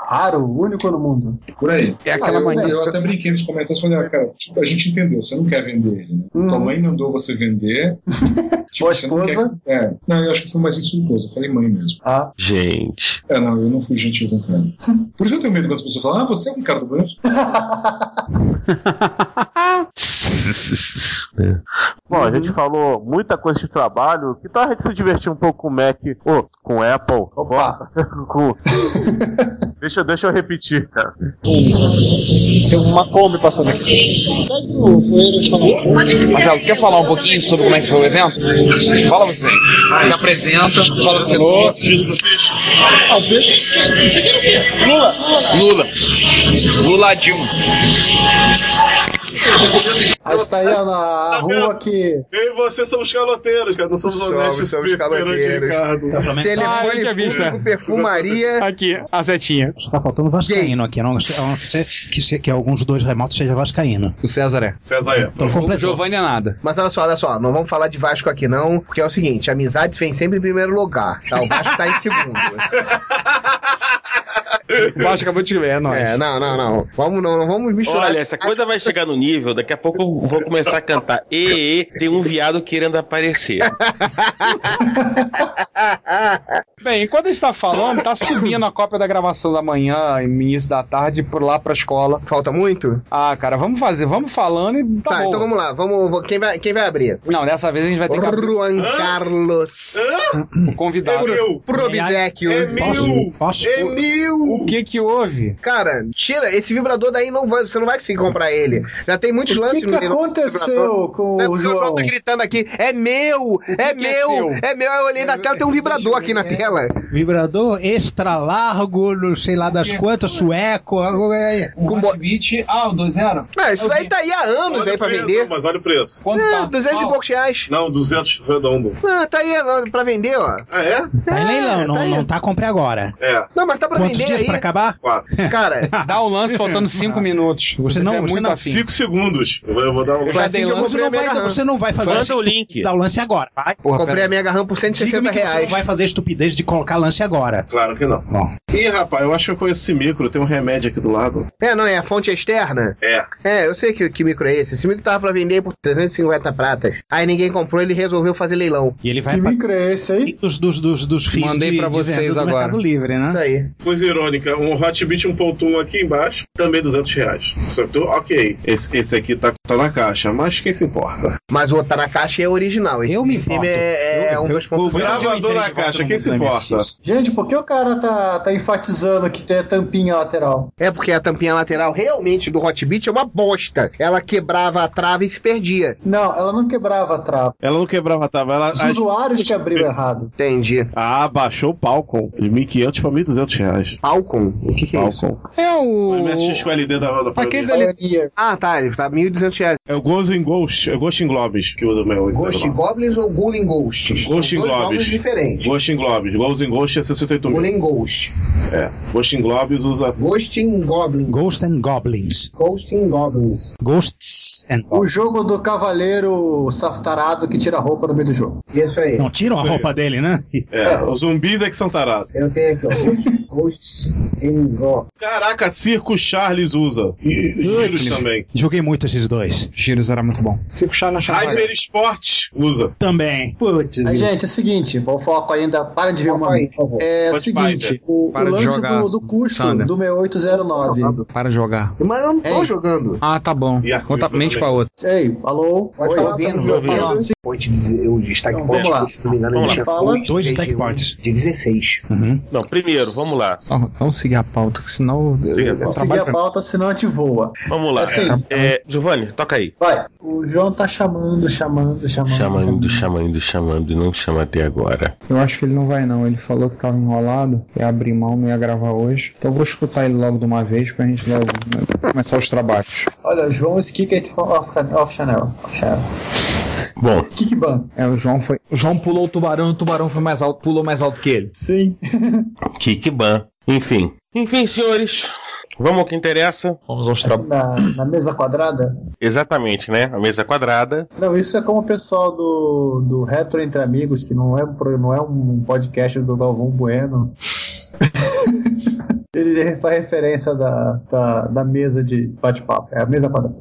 S34: Raro, único no mundo.
S33: Por aí.
S34: É aquela
S33: Ah, eu,
S34: mania-
S33: Eu até brinquei nos comentários falei, ah, cara, tipo, a gente entendeu, você não quer vender ele, né?
S9: Hum.
S33: Tua mãe mandou você vender. tipo, você não
S34: esposa.
S33: quer- É. Não, eu acho que foi mais insultoso. Eu falei mãe mesmo.
S34: Ah.
S7: Gente.
S33: É, não, eu não fui gentil com o cara. Por isso eu tenho medo quando as pessoas falam, ah, você é um cara do banco.
S7: É.
S9: Bom, a gente falou muita coisa de trabalho. Que tal a gente se divertir um pouco com o Mac? Ô, com o Apple? com... deixa, deixa eu repetir, cara.
S6: Tem uma Kombi passando aqui. Marcelo, quer falar um pouquinho sobre como é que foi o evento? Fala você. Se apresenta, fala o que você trouxe. Ah, o peixe? Isso aqui era o quê? Lula? Lula. Lula Dilma.
S34: Aí saía na rua que.
S35: Eu e você somos caloteiros, cara. Não somos
S34: Somos,
S35: honestos.
S34: somos
S35: caloteiros.
S6: tá
S36: Telefone
S10: né?
S36: público, perfumaria.
S10: Aqui, a setinha. Só tá faltando Vascaíno aqui. Não, a não ser que, se- que alguns dos remotos seja Vascaíno. O César é.
S6: César é.
S10: Então completou.
S6: Giovanni é nada. Mas olha só, olha só, não vamos falar de Vasco aqui não, porque é o seguinte, amizades vem sempre em primeiro lugar, tá? O Vasco tá em segundo.
S7: O Vasco acabou de ver, é nóis.
S6: É, não, não, não. Vamos, não, não vamos misturar.
S7: Olha, essa coisa vai chegar no nível, daqui a pouco eu vou começar a cantar. E, e, tem um viado querendo aparecer.
S6: Bem, enquanto a gente tá falando, tá subindo a cópia da gravação da manhã, início da tarde, por lá pra escola. Falta muito? Ah, cara, vamos fazer, vamos falando e tá, então vamos lá, vamos, vou- quem, vai, quem vai abrir? Não, dessa vez a
S10: É
S6: gente vai ter que abrir. Juan Carlos. O convidado. Probizecchio. É meu! É meu! O que que houve? Cara, tira, esse vibrador daí não vai, você não vai conseguir comprar ele. Já tem muitos
S34: O que
S6: lances
S34: que aconteceu com
S6: é
S34: o
S6: porque
S34: João?
S6: o João tá gritando aqui, é meu, é meu,
S34: seu?
S6: é meu. Eu olhei na tela, tem um vibrador aqui na tela.
S10: Vibrador extra largo, no sei lá das
S6: é?
S10: quantas, sueco.
S6: Com bo... Ah, o 2-0? Não, isso daí tá aí há anos
S9: Olha
S6: aí
S9: o
S6: pra
S9: preço,
S6: vender.
S9: Mas olha o preço.
S6: Quanto é, 200 e poucos reais.
S9: Não, 200 redondo.
S6: Ah, tá aí ó, pra vender, ó.
S9: Ah, é?
S10: Tá em leilão, não, não tá, compre agora.
S9: É.
S6: Não, mas tá pra
S10: Quantos
S6: vender
S10: dias
S6: aí.
S10: pra acabar?
S9: Quatro.
S6: Cara, dá um lance faltando 5 minutos.
S10: Você não- você não-
S9: Cinco segundos. Eu vou, eu vou dar um.
S6: Eu já dei lance,
S10: Você não, vai, você não vai fazer
S6: Manda o
S10: estupi-
S6: link.
S10: Dá o lance agora. Vai.
S6: Porra, Comprei pera- a Mega RAM por 160
S10: Diga-me que Você não
S6: reais.
S10: vai fazer estupidez de colocar lance agora.
S9: Claro que não.
S10: Bom.
S9: Ih, rapaz, eu acho que eu conheço esse micro. Tem um remédio aqui do lado.
S6: É, não, é a fonte externa?
S9: É.
S6: É, eu sei que, que micro é esse. Esse micro tava pra vender por 350 pratas. Aí ninguém comprou, ele resolveu fazer leilão.
S10: E ele vai que micro
S34: é esse aí?
S10: Dos, dos, dos, dos rios
S6: Mandei
S10: de,
S6: pra
S10: de
S6: vocês
S10: venda do
S6: agora.
S10: Mercado Livre, né?
S6: Isso aí.
S9: Coisa irônica, um Hotbit 1.1 aqui embaixo, também 200 reais. Acertou? Ok. Esse, esse aqui tá, tá na caixa, mas quem se importa?
S6: Mas o outro tá na caixa e é original. Esse eu me cima é, é um dos pontos.
S9: gravador na caixa, quem se importa?
S34: Gente, por que o cara tá, tá enfatizando que tem a tampinha lateral?
S6: É porque a tampinha lateral realmente do Hotbit é uma bosta. Ela quebrava a trava e se perdia.
S34: Não, ela não quebrava a trava.
S9: Ela não quebrava a tábua. Ela,
S34: Os usuários que abriram errado.
S6: Entendi.
S9: Ah, baixou o Palcom. De 1.500 pra 1.200 reais.
S6: Palcom? O que,
S9: é isso?
S6: É o.
S9: MSXQLD da roda
S6: Aquele dali. Ah, tá. Ele tá 1.200 reais.
S9: É o Ghost in Ghost, é o Ghost in Globes que usa o meu.
S6: Ghost Goblins ou Ghouling Ghosts?
S9: é Ghost in
S6: São dois
S9: Globes.
S6: jogos diferentes.
S9: Ghost in Globes. Ghost in Ghost é 68 mil.
S6: Golem Ghost.
S9: É. Ghost in Globes usa.
S6: Ghost in Goblins.
S10: Ghost and Goblins.
S6: Ghost in Goblins.
S10: Ghosts and
S34: O jogo do cavaleiro saftarado que tira a roupa no meio do jogo.
S6: Isso aí.
S10: Não, tiram a
S34: Isso aí.
S10: roupa dele, né?
S9: É, os zumbis é que são tarados.
S6: Eu tenho aqui, ó. Ghosts in Goblins.
S9: Caraca, Circo Charles usa. E e
S10: Ui,
S9: Vírus
S10: que
S9: também.
S10: Joguei muito esses dois. 2. Giros era muito bom.
S9: Se puxar na
S7: Hyper Sports usa.
S10: Também. Putz.
S9: Mas, gente, é o seguinte, vou foco ainda, para de ver uma mãe. É o
S10: Pode
S9: seguinte,
S10: fighter.
S9: o, o
S10: Para de
S9: lance
S10: jogar,
S9: do, do custo
S10: Sander.
S9: do 6809.
S10: Para de jogar.
S9: Mas eu não
S6: É
S9: tô jogando.
S10: Ah, tá bom. Conta, mente pra outra.
S9: Ei, alô? Pode
S10: falar,
S9: ouvindo,
S10: estamos ouvindo.
S9: ouvindo. Sim.
S6: Point de, o destaque
S9: Então,
S6: point,
S9: vamos lá.
S6: se não me engano,
S9: Vamos
S6: ele
S9: lá.
S6: tinha
S9: Fala.
S6: dois destaque points. De 16.
S7: Não, primeiro, vamos lá.
S10: Só- um vamos seguir a pauta, que senão. eu- eu
S9: Vamos seguir
S10: trabalho
S9: a
S10: pra-
S9: pauta, senão a gente voa.
S7: Vamos lá.
S9: Assim,
S7: É, é, Giovanni, toca aí.
S9: Vai. O João tá chamando, chamando, chamando.
S37: Chamando, chamando, chamando, e não chama até agora.
S38: Eu acho que ele não vai não. Ele falou que tava enrolado, ia abrir mão, não ia gravar hoje. Então eu vou escutar ele logo de uma vez pra gente logo né, começar os trabalhos.
S9: Olha, João is kicked from off, off channel. Off channel.
S7: Bom.
S9: Kickban.
S10: É, o João foi. O João pulou o tubarão, o tubarão foi mais alto, pulou mais alto que ele.
S9: Sim.
S7: Kickban. Enfim. Enfim, senhores. Vamos ao que interessa. Vamos aos trabalhos.
S9: Na, na mesa quadrada?
S7: Exatamente, né? A mesa quadrada.
S9: Não, isso é como o pessoal do, do Retro Entre Amigos, que não é, um pro- não é um podcast do Galvão Bueno. Ele faz referência da, da, da mesa de bate-papo. É a mesa quadrada.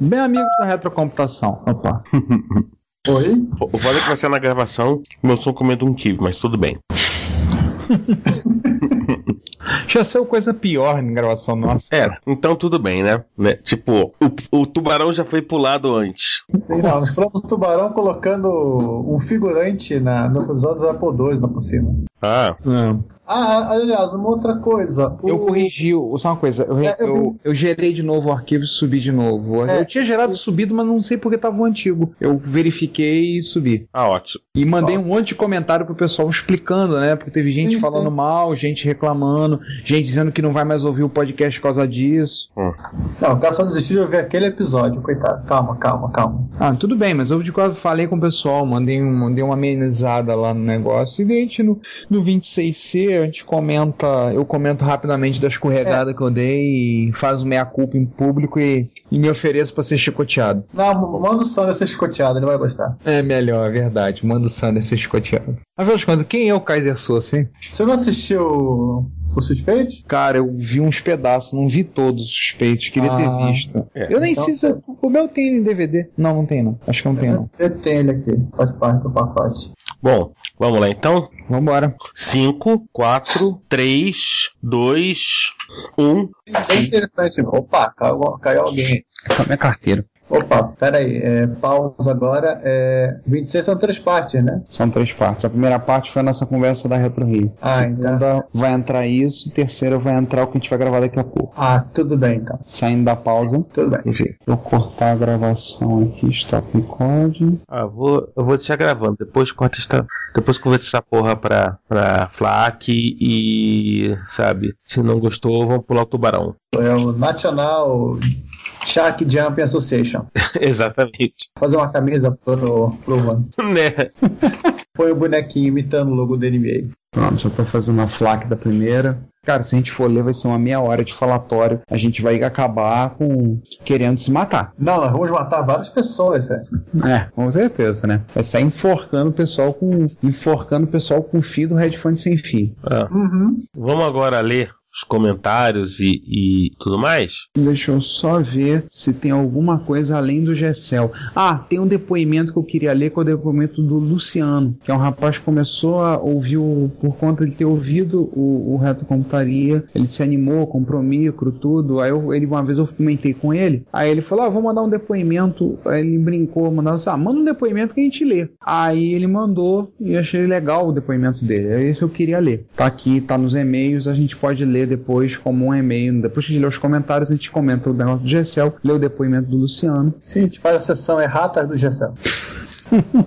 S10: Bem amigos da retrocomputação. Opa.
S9: Oi?
S7: O foda é que vai ser na gravação. Meu som comendo um kibe, mas tudo bem.
S10: Já saiu coisa pior na gravação nossa.
S7: É, então tudo bem, né? Né? Tipo, o, o tubarão já foi pulado antes.
S9: E não, nós falamos do Tubarão colocando um figurante na, no episódio do Apple II lá por cima.
S7: Ah.
S9: Ah, aliás, uma outra coisa.
S10: Eu corrigi, o- só uma coisa, eu, re-
S9: É, eu vi.
S10: eu, eu gerei de novo o arquivo e subi de novo.
S9: É.
S10: eu tinha gerado e subido, mas não sei porque tava o antigo. Eu verifiquei e subi.
S7: Ah, ótimo.
S10: E mandei um monte de comentário pro pessoal explicando, né? Porque teve gente
S9: Sim,
S10: falando
S9: sim.
S10: mal, gente reclamando, gente dizendo que não vai mais ouvir o podcast por causa disso.
S9: Não, o cara só desistiu de ouvir aquele episódio, coitado. Calma, calma, calma.
S10: Ah, tudo bem, mas eu de quase falei com o pessoal, mandei, um, mandei uma amenizada lá no negócio. E daí a gente no, no 26C, a gente comenta, eu comento rapidamente da escorregada que eu dei e faz o meia-culpa em público e, e me ofereço pra ser chicoteado.
S9: Não, manda o Sander ser escoteado, ele vai gostar.
S10: É melhor, é verdade. Manda o Sander ser chicoteado. Afinal de contas, quem é o Kaiser Sosa, hein?
S9: Você não assistiu o Suspeito?
S10: Cara, eu vi uns pedaços, não vi todos os suspeitos, queria ter
S9: Ah,
S10: visto.
S9: é.
S10: Eu nem
S9: Então-
S10: sei se eu- o meu tem em DVD. Não, não tem não. Acho que não tem não.
S9: Eu tenho ele aqui, faz parte do pacote.
S7: Bom, vamos lá então?
S10: Vambora.
S7: 5, 4, 3, 2, 1.
S9: É interessante. Opa, caiu, caiu alguém.
S10: É Com a minha carteira.
S9: Opa, peraí, é, pausa agora. É, 26 são três partes, né?
S10: São três partes. A primeira parte foi a nossa conversa da Retro Rio. A
S9: Ah,
S10: segunda vai entrar isso, a terceira vai entrar o que a gente vai gravar daqui a pouco.
S9: Ah, tudo bem então.
S10: Saindo da pausa.
S9: Tudo bem.
S10: Vou cortar a gravação aqui, stop record.
S7: Ah, vou, eu vou deixar gravando. Depois corta esta, depois conversa essa porra pra, pra Flac e. Sabe? Se não gostou, vamos pular o tubarão.
S9: É o National Shark Jump Association.
S7: Exatamente.
S9: Fazer uma camisa pro, pro mano.
S7: Né?
S9: Põe o bonequinho imitando o logo do NBA.
S10: Pronto, já tô fazendo a flac da primeira. Cara, se a gente for ler, vai ser uma meia hora de falatório. A gente vai acabar com querendo se matar.
S9: Não, nós vamos matar várias pessoas, né?
S10: É, com certeza, né? Vai sair enforcando o pessoal com. enforcando o pessoal com o fio do headphone sem fio.
S7: Ah, Vamos agora ler os comentários e, e tudo mais?
S10: Deixa eu só ver se tem alguma coisa além do Gessel. Ah, tem um depoimento que eu queria ler, que é o depoimento do Luciano, que é um rapaz que começou a ouvir, o- por conta de ter ouvido o, o Reto Computaria, ele se animou, comprou micro, tudo. Aí eu- ele, uma vez eu comentei com ele, aí ele falou, ah, vou mandar um depoimento. Aí ele brincou, mandou, ah, manda um depoimento que a gente lê. Aí ele mandou e eu achei legal o depoimento dele. É Esse eu queria ler. Tá aqui, tá nos e-mails, a gente pode ler depois como um e-mail. Depois que a gente lê os comentários, a gente comenta o negócio do Gessel, lê o depoimento do Luciano.
S9: Sim, a gente faz a sessão errata do Gessel.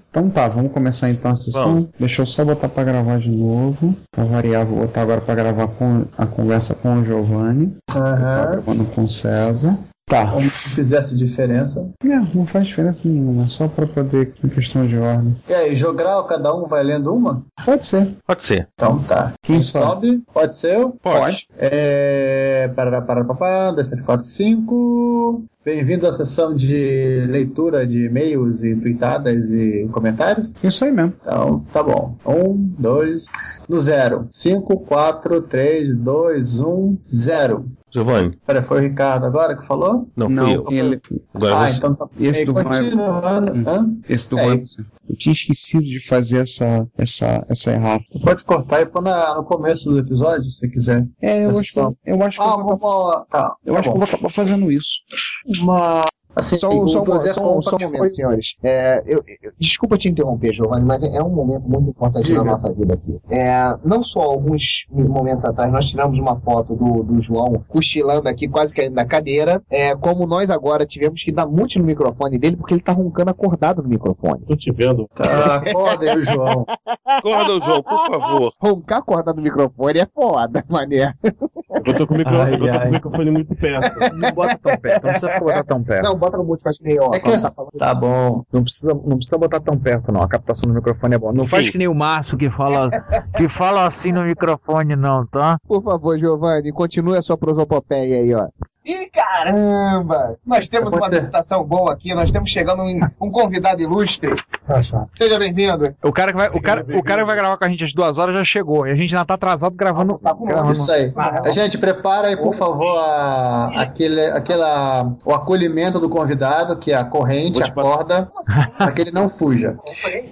S10: Então tá, vamos começar então a sessão.
S9: Vamos.
S10: Deixa eu só botar pra gravar de novo. Pra variar, vou botar agora pra gravar com- a conversa com o Giovanni. Tá
S9: Aham.
S10: gravando com o César. Tá.
S9: Como se fizesse diferença.
S10: É, não faz diferença nenhuma, é só pra poder, em questão de ordem.
S9: E aí, jogral, cada um vai lendo uma?
S10: Pode ser.
S7: Pode ser.
S9: Então tá.
S10: Quem
S9: sobe? Pode ser eu?
S7: Pode.
S9: É... Parará, parará, papá, um, 2, 3, 4, 5. Bem-vindo à sessão de leitura de e-mails e tweetadas e comentários.
S10: Isso aí mesmo.
S9: Então, tá bom. 1, 2, no 0. 5, 4, 3, 2, 1, 0.
S7: Giovanni.
S9: Pera, um, foi o Ricardo agora que falou?
S7: Não, fui Não, eu.
S10: ele-
S9: Ah, então tá.
S10: Esse
S9: Ei,
S10: do
S9: continuando,
S6: Hum,
S9: hã?
S10: Esse do
S9: É,
S10: Ramsey. Eu tinha esquecido de fazer essa, essa, essa errata.
S9: Você pode cortar e pôr na- no começo do episódio, se você quiser.
S10: É, eu acho que. Eu acho que
S9: ah, eu vou. Tá,
S10: Eu acho que eu vou acabar fazendo isso. um,
S9: Uma. Assim,
S6: só, um,
S9: o
S6: só,
S9: José
S6: só-
S9: Conta
S6: só um
S9: que
S6: momento,
S9: foi-
S6: senhores. É, eu- eu- desculpa te interromper, Giovanni, mas é é um momento muito importante
S39: Diga.
S6: na nossa vida aqui. É, não só alguns momentos atrás nós tiramos uma foto do, do João cochilando aqui, quase caindo na cadeira, é, como nós agora tivemos que dar mute no microfone dele porque ele tá roncando acordado no microfone. Tô te vendo.
S9: Tá, acorda aí, o João.
S7: Acorda o João, por favor.
S6: Roncar acordado no microfone é foda, mané.
S40: Eu tô com o microfone, eu tô com o microfone muito perto.
S6: Não bota tão perto, não precisa botar tão perto. Não, bota no mute, faz que nem, ó.
S40: É que
S6: quando
S40: é-
S6: tá, falando- tá bom. Não precisa, não precisa botar tão perto, não. A captação do microfone é boa. Não
S11: faz que nem o Márcio que fala, que fala assim no microfone, não, tá?
S6: Por favor, Giovanni, continue a sua prosopopeia aí, ó. Ih, caramba! Nós temos uma visitação boa aqui, nós temos chegando um, um convidado ilustre.
S11: Tá
S6: Seja bem-vindo.
S11: O cara, que vai, o, cara, o cara que vai gravar com a gente às duas horas já chegou. E a gente ainda tá atrasado gravando. gravando.
S9: Então, Isso aí.
S6: Ah,
S9: Gente, prepara aí, por favor, a- aquele, aquela, o acolhimento do convidado, que é a corrente, a corda, para que ele não fuja.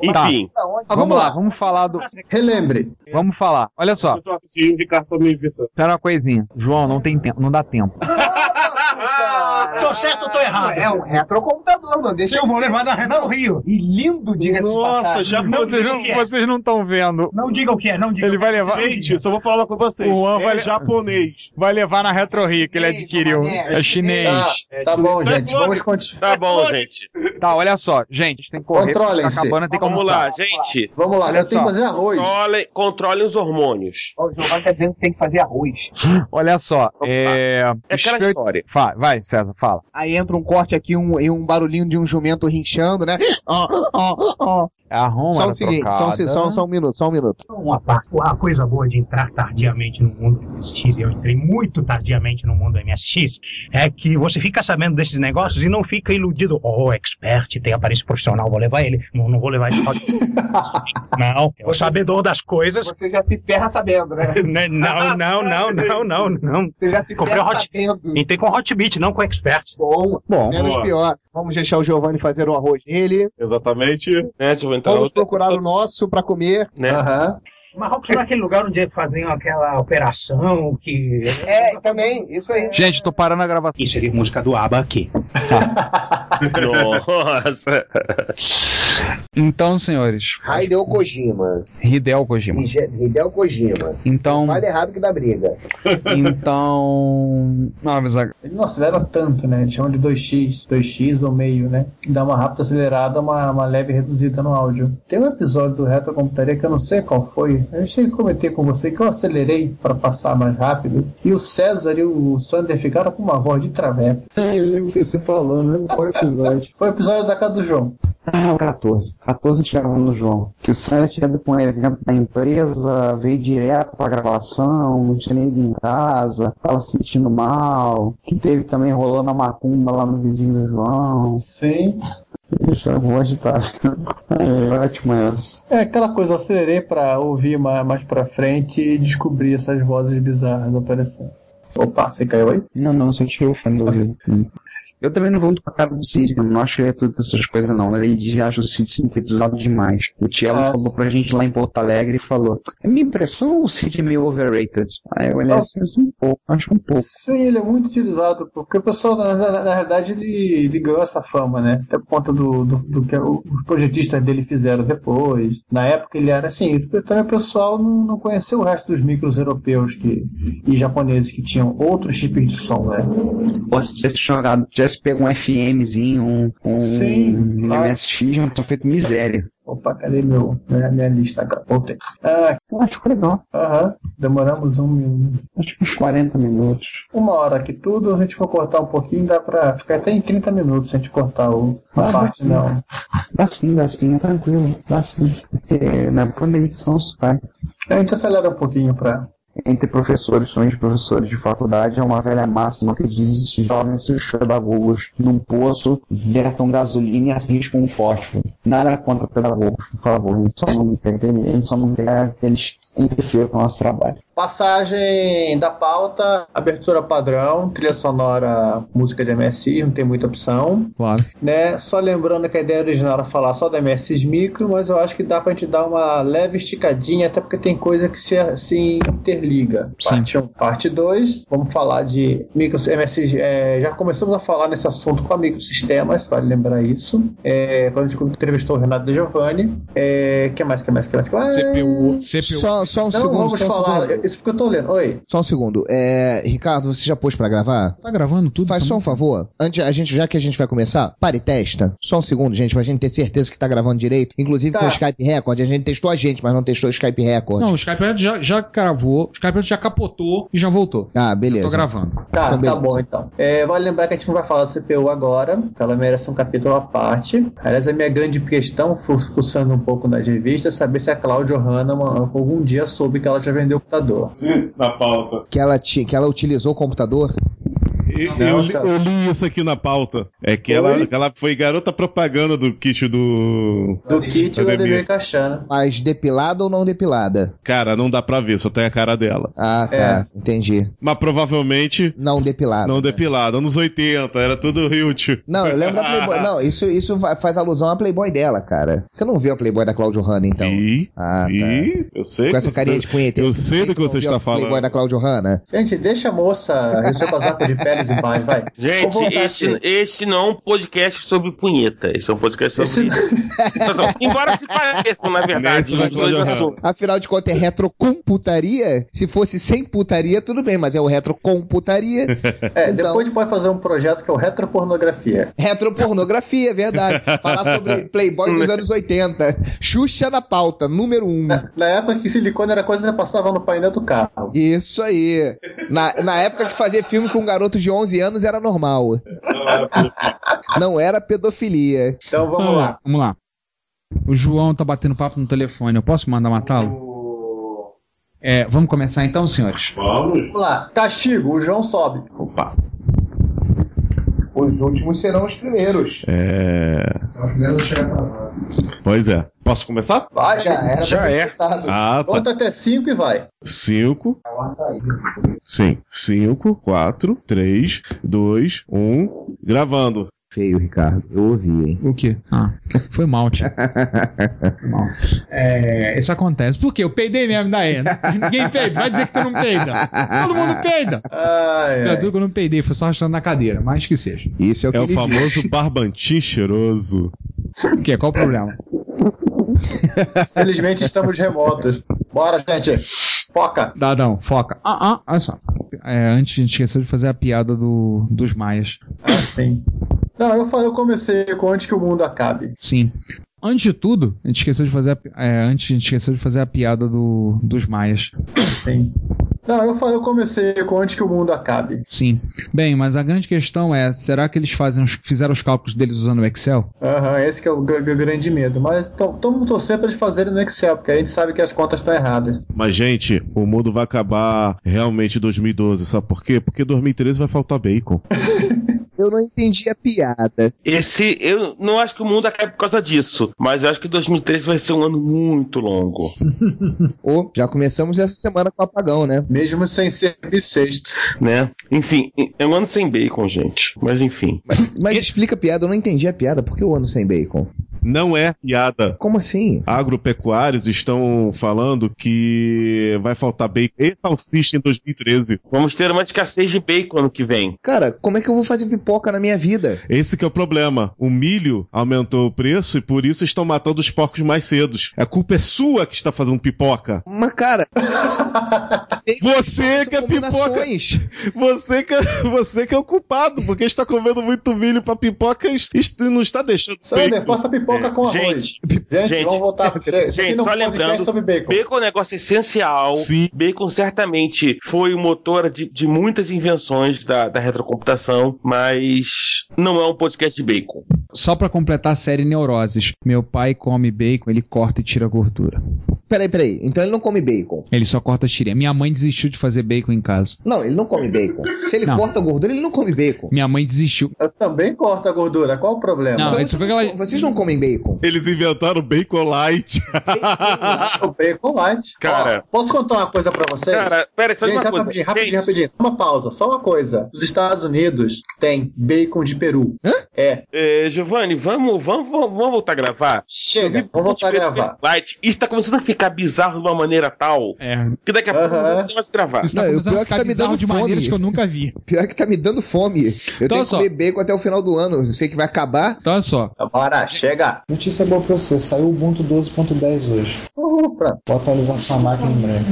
S11: Enfim.
S9: Tá.
S11: Ah, vamos lá, vamos falar do.
S9: Relembre.
S11: Vamos falar. Olha só.
S40: E o Ricardo tá me evitando.
S11: Espera uma coisinha. João, não tem tempo, não dá tempo.
S6: Tô certo ou tô errado? Ah, É um retrocomputador, não deixa
S11: Eu vou
S6: levar
S11: na reta do Rio.
S6: E lindo, diga-se de passagem.
S11: vocês não, vocês não estão vendo. Não diga o que é, não diga. Ele vai levar.
S40: Gente, eu só vou falar uma coisa pra vocês.
S11: O Juan
S40: é
S11: vai-
S40: japonês.
S11: Vai levar na Retro Rio que ele adquiriu. É chinês.
S40: Tá, tá bom, gente, vamos
S9: continuar.
S40: Tá bom, gente.
S11: Tá, olha só, gente, a gente tem que correr. porque Tá acabando, tem que
S7: Vamos
S11: almoçar.
S7: lá, gente.
S9: Vamos
S11: lá, eu tenho que fazer arroz.
S7: Controlem, controlem os hormônios.
S6: Ó, O Giovanni tá dizendo que tem que fazer arroz.
S11: Olha só, é. É
S6: aquela
S11: história. Vai, César, fala.
S6: Aí entra um corte aqui um, e um barulhinho de um jumento rinchando, né? Ó, ó, ó.
S11: Arruma
S6: Só
S41: era
S6: o seguinte, só, um se-
S41: trocada.
S6: só, só um minuto, só um minuto.
S41: Uma, par- a coisa boa de entrar tardiamente no mundo do MSX, e eu entrei muito tardiamente no mundo do MSX, é que você fica sabendo desses negócios e não fica iludido. Oh, expert, tem aparência profissional, vou levar ele. Não, não vou levar ele só de... Não, é o sabedor das coisas.
S6: Você já se ferra sabendo, né?
S41: Né, Não, não, não, não, não, não.
S6: Você já se
S41: Comprei
S6: ferra
S41: o hot...
S6: sabendo.
S41: Entrei com Hotbit, não com expert.
S6: Bom,
S41: bom.
S11: É,
S6: Menos pior. Vamos deixar o Giovanni fazer o arroz dele.
S40: Exatamente. Né, Giovanni? Então,
S6: Vamos procurar o nosso pra comer.
S40: Né?
S6: Aham.
S41: Marrocos não é aquele lugar onde faziam aquela operação que...
S6: É, também, isso aí.
S11: Gente, tô parando a gravação.
S41: Inserir música do ABA aqui.
S40: Nossa.
S10: Então, senhores.
S6: Hideo Kojima.
S10: Hideo Kojima.
S6: Hideo Kojima.
S10: Então.
S6: Fale errado que dá briga.
S10: Então. Não, mas a-
S9: Ele não acelera tanto, né? Ele chama de 2x, 2x ou meio, né? Que dá uma rápida acelerada, uma, uma leve reduzida no áudio. Tem um episódio do Retrocomputaria que eu não sei qual foi. Eu cheguei a comentei com você que eu acelerei pra passar mais rápido. E o César e o Sander ficaram com uma voz de traveco.
S42: É, eu lembro que você falou, não lembro qual episódio.
S9: Foi o episódio da casa do João.
S10: Ah, o 14. 14 chegava um no João. Que o Sérgio tinha ido pra um evento da empresa, veio direto pra gravação, não tinha nem ido em casa, tava se sentindo mal. Que teve também rolando a macumba lá no vizinho do João.
S9: Sim.
S10: Deixa eu vou agitar. É ótimo essa.
S9: É aquela coisa, eu acelerei pra ouvir ma- mais pra frente e descobrir essas vozes bizarras aparecendo. Opa, você caiu aí?
S10: Não, não, só tirei o fone do ouvido. Eu também não vou muito pra cara do Cid, que eu não acho que é tudo essas coisas não. Ele diz, acha o Cid sintetizado demais. O Tielo
S9: Nossa.
S10: falou pra gente lá em Porto Alegre e falou, é minha impressão o Cid é meio overrated? Aí eu olhei assim, assim, um pouco, acho que um pouco.
S9: Sim, ele é muito utilizado, porque o pessoal, na, na, na verdade, ele, ele ganhou essa fama, né? Até por conta do, do, do que o- os projetistas dele fizeram depois. Na época ele era assim, também o pessoal não, não conheceu o resto dos micros europeus que, e japoneses que tinham outros chips de som, né?
S10: Pô, se tivesse jogado, tivesse pego um FMzinho, um, um,
S9: Sim,
S10: um
S9: claro.
S10: MSX, já tinha feito miséria.
S9: Opa, cadê meu, minha, minha lista agora? Voltei. Ah,
S10: ficou legal.
S9: Aham, demoramos um minuto.
S10: Acho que uns 40 minutos.
S9: Uma hora que tudo, a gente for cortar um pouquinho, dá pra ficar até em 30 minutos se a gente cortar o, a
S10: Ah,
S9: parte,
S10: sim.
S9: não.
S10: Dá sim, dá sim, é tranquilo, dá sim. Porque na primeira edição isso vai.
S9: A gente acelera um pouquinho pra.
S10: Entre professores, somente professores de faculdade, é uma velha máxima que diz que esses jovens seus pedagogos num poço vertam gasolina e arriscam um fósforo. Nada contra pedagogos, por favor, a gente só não quer que eles- a gente só não quer que eles interfiram com o nosso trabalho.
S9: Passagem da pauta, abertura padrão, trilha sonora, música de MSI, não tem muita opção.
S10: Claro.
S9: Né? Só lembrando que a ideia original era falar só da MSIs micro, mas eu acho que dá pra gente dar uma leve esticadinha, até porque tem coisa que se, se interliga.
S10: Sim.
S9: Parte 1, parte 2, vamos falar de micro MSIs. é, já começamos a falar nesse assunto com a microsistemas, vale lembrar isso. É, quando a gente entrevistou o Renato De Giovanni, é, que mais, que mais, que mais, que mais?
S6: CPU, CPU. Só- só um
S9: Não,
S6: segundo,
S9: vamos
S6: só um
S9: falar,
S6: segundo.
S9: isso porque eu tô lendo. Oi.
S6: Só um segundo. É, Ricardo, você já pôs pra gravar?
S10: Tá gravando tudo?
S6: Faz só um favor. Antes, a gente, já que a gente vai começar, pare e testa. Só um segundo, gente, pra gente ter certeza que tá gravando direito. Inclusive
S10: Tá.
S6: com o Skype Record. A gente testou a gente, mas não testou o Skype Record.
S10: Não, o Skype já, já gravou, o Skype já capotou e já voltou.
S6: Ah, beleza.
S10: Tô gravando.
S9: Tá, tá bom então. É, vale lembrar que a gente não vai falar do CPU agora, que ela merece um capítulo à parte. Aliás, a minha grande questão, fu- fuçando um pouco nas revistas, é saber se a Cláudia Hanneman algum dia soube que ela já vendeu o computador.
S11: na pauta.
S6: Que ela, ti- que ela utilizou o computador?
S11: Eu,
S9: Não,
S11: eu li,
S9: Celso.
S11: eu li isso aqui na pauta. É que ela, que ela foi garota propaganda do kit do.
S9: Do kit
S11: da
S9: do
S11: Ademir.
S9: Ademir Caixana.
S6: Mas depilada ou não depilada?
S11: Cara, não dá pra ver, só tem a cara dela.
S6: Ah, tá. Entendi.
S11: Mas provavelmente.
S6: Não depilada.
S11: Não depilada. Anos 80, era tudo Hilt.
S6: Não, eu lembro da Playboy. Não, isso, isso fa- faz alusão à Playboy dela, cara. Você não viu a Playboy da Claudio Hanna, então?
S11: Ih,
S6: ah,
S11: tá. eu sei.
S6: Com essa
S11: que
S6: carinha
S11: você-
S6: de punheteiro.
S11: eu sei do que você está
S6: Playboy
S11: falando.
S6: da Claudio Hanna.
S9: Gente, deixa a moça e o seu casaco de peles e mais, vai. Vou
S7: Gente,
S9: voltar
S7: esse,
S9: aqui.
S7: esse não é um podcast sobre punheta. Esse é um podcast sobre. Não, Embora se pareçam, na verdade, os dois
S11: Ah.
S7: um- assuntos.
S6: Afinal de contas, é retrocomputaria? Se fosse sem putaria, tudo bem, mas é o retrocomputaria.
S9: É, depois a gente pode fazer um projeto que é o Retropornografia.
S6: Retropornografia, é verdade. Falar sobre Playboy dos anos 80. Xuxa na pauta, número 1. Um.
S9: Na época que silicone era coisa que passava no painel do carro.
S6: Isso aí. Na, na época que fazer filme com um garoto de 11 anos era normal. Não era pedofilia.
S9: Então
S11: Ah.
S10: Vamos lá. O João tá batendo papo no telefone. Eu posso mandar matá-lo? É, vamos começar então, senhores?
S9: Vamos lá. Castigo, o João sobe.
S11: Opa.
S6: Os últimos serão os primeiros.
S11: É.
S9: Então,
S11: Pois é. Posso começar?
S9: Vai, já era.
S11: Já
S9: pra ter
S11: é.
S9: começado.
S11: Ah, tá.
S9: Conta até 5 e vai.
S11: 5. Sim. 5, 4, 3, 2, 1. Gravando.
S6: Feio, Ricardo. Eu ouvi, hein?
S10: O quê? Ah, foi malte. Foi mal. É, isso acontece. Por quê? Eu peidei mesmo da Ana. Ninguém peida. Vai dizer que tu não peida. Todo mundo peida.
S9: Ai,
S10: Pior tudo que eu não peidei, foi só arrastando na cadeira, mas que seja.
S6: Isso
S11: É o famoso barbantim cheiroso.
S10: O quê? Qual o problema?
S9: Felizmente estamos remotos. Bora, gente. Foca.
S10: Dadão, foca. Ah, ah, olha só. É, antes a gente esqueceu de fazer a piada do, dos maias.
S9: Ah, sim. Não, eu falei, eu comecei com antes que o mundo acabe.
S10: Sim. Antes de tudo, a gente esqueceu de fazer a, é, antes a gente esqueceu de fazer a piada do, dos maias.
S9: Sim. Não, eu falei, eu comecei com antes que o mundo acabe.
S10: Sim. Bem, mas a grande questão é, será que eles fazem os- fizeram os cálculos deles usando o Excel?
S9: Aham, esse que é o gr- gr- grande medo. Mas então, todo mundo torcer pra eles fazerem no Excel, porque a gente sabe que as contas estão erradas.
S11: Mas, gente, o mundo vai acabar realmente em 2012. Sabe por quê? Porque em 2013 vai faltar bacon.
S6: Eu não entendi a piada.
S7: Esse, eu não acho que o mundo acabe por causa disso, mas eu acho que 2013 vai ser um ano muito longo.
S6: Ô, já começamos essa semana com o apagão, né?
S9: Mesmo sem ser bissexto.
S7: Né? Enfim, é um ano sem bacon, gente. Mas enfim.
S6: Mas explica a piada, eu não entendi a piada. Por que o ano sem bacon?
S11: Não é piada. Ah.
S6: Como assim?
S11: Agropecuários estão falando que vai faltar bacon e salsicha em 2013.
S7: Vamos ter uma escassez de bacon ano que vem.
S6: Cara, como é que eu vou fazer pipoca na minha vida?
S11: Esse que é o problema. O milho aumentou o preço e por isso estão matando os porcos mais cedos. A culpa é sua que está fazendo pipoca.
S6: Mas, cara.
S11: Você que é pipoca. Você que, é- você que é o culpado, porque está comendo muito milho para pipoca e e não está deixando.
S9: Sander, faça pipoca com arroz.
S7: Gente,
S9: Gente,
S7: gente,
S9: vamos voltar. Isso aqui
S7: gente
S9: não
S7: só
S9: é um podcast
S7: lembrando,
S9: sobre bacon.
S7: bacon. é um negócio essencial. Bacon certamente foi o motor de, de muitas invenções da, da retrocomputação, mas não é um podcast de bacon.
S10: Só pra completar a série Neuroses. Meu pai come bacon, ele corta e tira a gordura.
S6: Peraí, peraí. Então ele não come bacon.
S43: Ele só corta tirinha. Minha mãe desistiu de fazer bacon em casa.
S6: Não, ele não come bacon. Se ele corta gordura, ele não come bacon.
S43: Minha mãe desistiu.
S9: Eu também corto a gordura. Qual o problema?
S6: Então
S9: Então,
S6: vocês, não- vocês não comem bacon.
S44: Eles inventaram bacon light.
S9: o bacon light.
S44: Cara.
S9: Ó, posso contar uma coisa pra vocês?
S44: Cara, pera aí, só
S9: Gente,
S44: uma
S9: só
S44: coisa.
S9: Rapidinho, rapidinho, rapidinho. Só uma pausa, só uma coisa. Os Estados Unidos tem bacon de Peru. É.
S7: É, Giovanni, vamos, vamos, vamos, vamos voltar a gravar?
S9: Chega, vamos voltar a gravar.
S7: Light, isso tá começando a ficar bizarro de uma maneira tal
S43: é.
S7: que daqui a pouco não vamos mais gravar.
S6: Não, o pior é que tá me dando
S43: de
S6: fome.
S43: maneiras que eu nunca vi.
S6: Pior é que tá me dando fome. Eu
S43: Então,
S6: tenho
S43: só.
S6: que comer bacon até o final do ano. Eu sei que vai acabar.
S43: Então olha só.
S9: Bora, chega.
S10: Notícia boa pra você, saiu o Ubuntu 12.10 hoje.
S9: Uhul, pronto.
S10: Vou atualizar sua máquina em breve.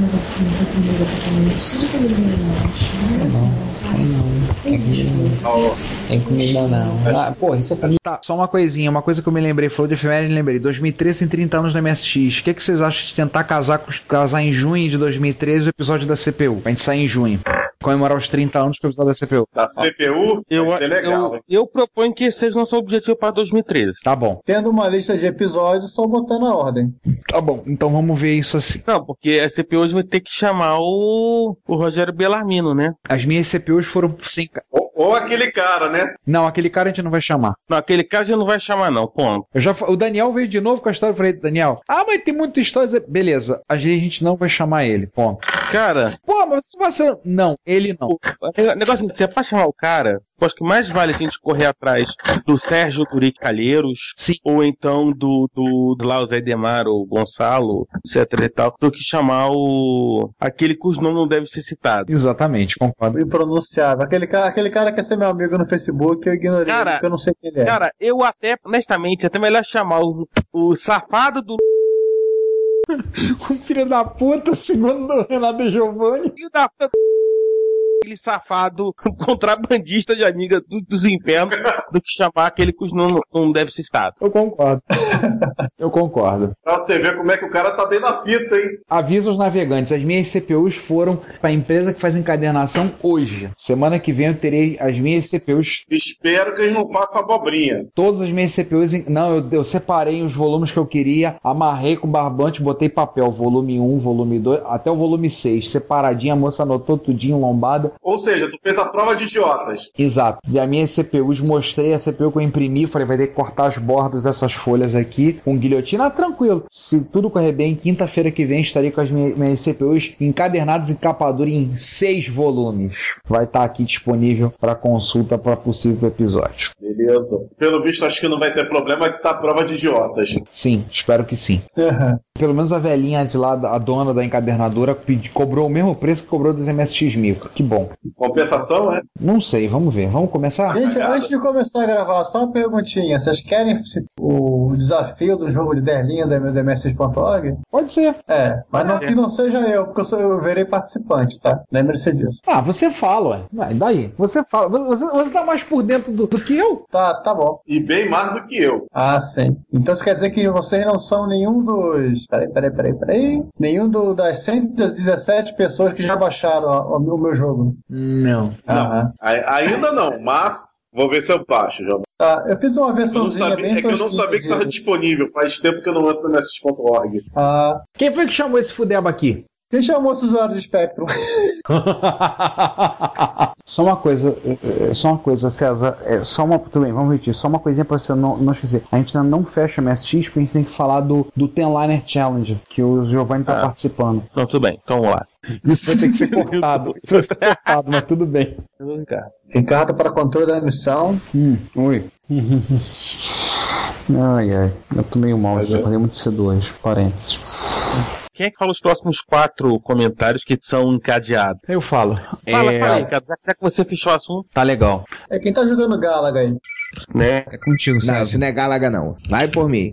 S10: Tem comida não.
S45: Ah,
S10: porra, isso é pra mim.
S45: Tá,
S10: só uma coisinha, uma coisa que eu me lembrei, falou de efeméride, lembrei. 2013 tem 30 anos na MSX. O que, é que vocês acham de tentar casar, com- casar em junho de 2013 o episódio da CPU? Pra gente sair em junho. Comemorar os 30 anos do episódio da CPU.
S11: Da CPU,
S7: eu,
S11: vai ser legal,
S7: eu, eu proponho que esse seja o nosso objetivo para 2013.
S10: Tá bom.
S9: Tendo uma lista de episódios, só botar na ordem.
S10: Tá bom, então vamos ver isso assim.
S7: Não, porque a CPU hoje vai ter que chamar o, o Rogério Belarmino, né?
S10: As minhas CPUs foram sem. ca-
S11: Ou aquele cara, né?
S10: Não, aquele cara a gente não vai chamar.
S7: Não, aquele cara já não vai chamar, não, ponto.
S10: Eu já, fa- o Daniel veio de novo com a história. Eu falei, Daniel, ah, mas tem muita história. Beleza, a gente não vai chamar ele, ponto.
S7: Cara.
S10: Pô, mas você. Não, ele não.
S7: O negócio é que você pra chamar o cara, eu acho que mais vale a gente correr atrás do Sérgio Turic Calheiros, ou então do, do, do lá o Zé Demar, o Gonçalo, etc e tal, do que chamar o. aquele cujo nome não deve ser citado.
S10: Exatamente, concordo.
S9: Impronunciável. Aquele cara, aquele cara quer ser meu amigo no Facebook, eu ignorei,
S7: Cara,
S9: porque eu não sei quem ele é.
S7: Cara, eu até, honestamente, é até melhor chamar o, o safado do.
S10: o filho da puta, segundo Renato Giovanni.
S7: Filho da puta. Aquele safado um contrabandista de amiga do- dos infernos, do que chamar aquele cujo nome não deve ser citado.
S10: Eu concordo. Eu concordo.
S11: Pra você ver como é que o cara tá bem na fita, hein?
S10: Avisa os navegantes, as minhas CPUs foram para a empresa que faz encadernação hoje. Semana que vem eu terei as minhas CPUs
S11: Espero que eles não façam abobrinha.
S10: Todas as minhas CPUs. em- Não, eu, eu separei os volumes que eu queria, amarrei com barbante, botei papel, volume 1, volume 2, até o volume 6. Separadinha, a moça anotou tudinho, lombada.
S11: Ou seja, tu fez a prova de idiotas.
S10: Exato. E as minhas CPUs, mostrei a CPU que eu imprimi, falei, vai ter que cortar as bordas dessas folhas aqui com guilhotina. Ah, tranquilo. Se tudo correr bem, quinta-feira que vem estarei com as minhas, minhas CPUs encadernadas e capadura em seis volumes. Vai estar aqui disponível para consulta para possível episódio.
S11: Beleza. Pelo visto, acho que não vai ter problema que tá a prova de idiotas.
S10: Sim, espero que sim. Pelo menos a velhinha de lá, a dona da encadernadora, pedi- cobrou o mesmo preço que cobrou dos MSX Micro. Que bom.
S11: Compensação, é?
S10: Não sei, vamos ver. Vamos começar?
S9: Gente, antes de começar a gravar, só uma perguntinha. Vocês querem se- o desafio do jogo de 10 linhas da MDMSs.org?
S10: Pode ser.
S9: É, mas não, que não seja eu, porque eu, sou, eu verei participante, tá? Lembre-se disso.
S10: Ah, você fala, ué. Ah, e daí? Você fala. Você, você tá mais por dentro do, do que eu?
S9: Tá, tá bom.
S11: E bem mais do que eu.
S9: Ah, sim. Então isso quer dizer que vocês não são nenhum dos. Peraí, peraí, peraí, peraí. Nenhum do, das 117 pessoas que já baixaram a- o, meu- o meu jogo.
S10: Não.
S9: Aham.
S11: A- ainda não, mas vou ver se eu baixo já.
S9: Tá, eu fiz uma
S11: Eu não
S9: versãozinha
S11: sabia,
S9: bem
S11: é que eu não
S9: tosquinha
S11: sabia que
S9: de-
S11: estava disponível. Faz tempo que eu não entro no MSX.org.
S9: Ah.
S10: Quem foi que chamou esse fudeba aqui?
S9: Quem chamou esses usuários de Spectrum?
S10: Só uma coisa, é, é, só uma coisa, César. é, só uma, tudo bem, vamos repetir. Só uma coisinha pra você não, não esquecer. A gente ainda não fecha a MSX porque a gente tem que falar do, do Ten Liner Challenge, que o Giovanni tá participando.
S7: Não, tudo bem, então vamos lá.
S10: Isso vai ter que ser cortado. Isso vai ser cortado, mas tudo bem.
S7: Ricardo.
S9: Ricardo para controle da emissão.
S10: Hum, oi. Ai, ai. Eu tô meio mal, eu falei muito cedo hoje. Parênteses.
S7: Quem é que fala os próximos quatro comentários que são encadeados?
S10: Eu falo.
S7: Fala,
S10: É-
S7: fala aí, Ricardo, já já que você fechou o assunto.
S10: Tá legal.
S9: É quem tá jogando Galaga aí.
S7: Né?
S10: É contigo,
S6: Não, isso não é Galaga, não. Vai por mim.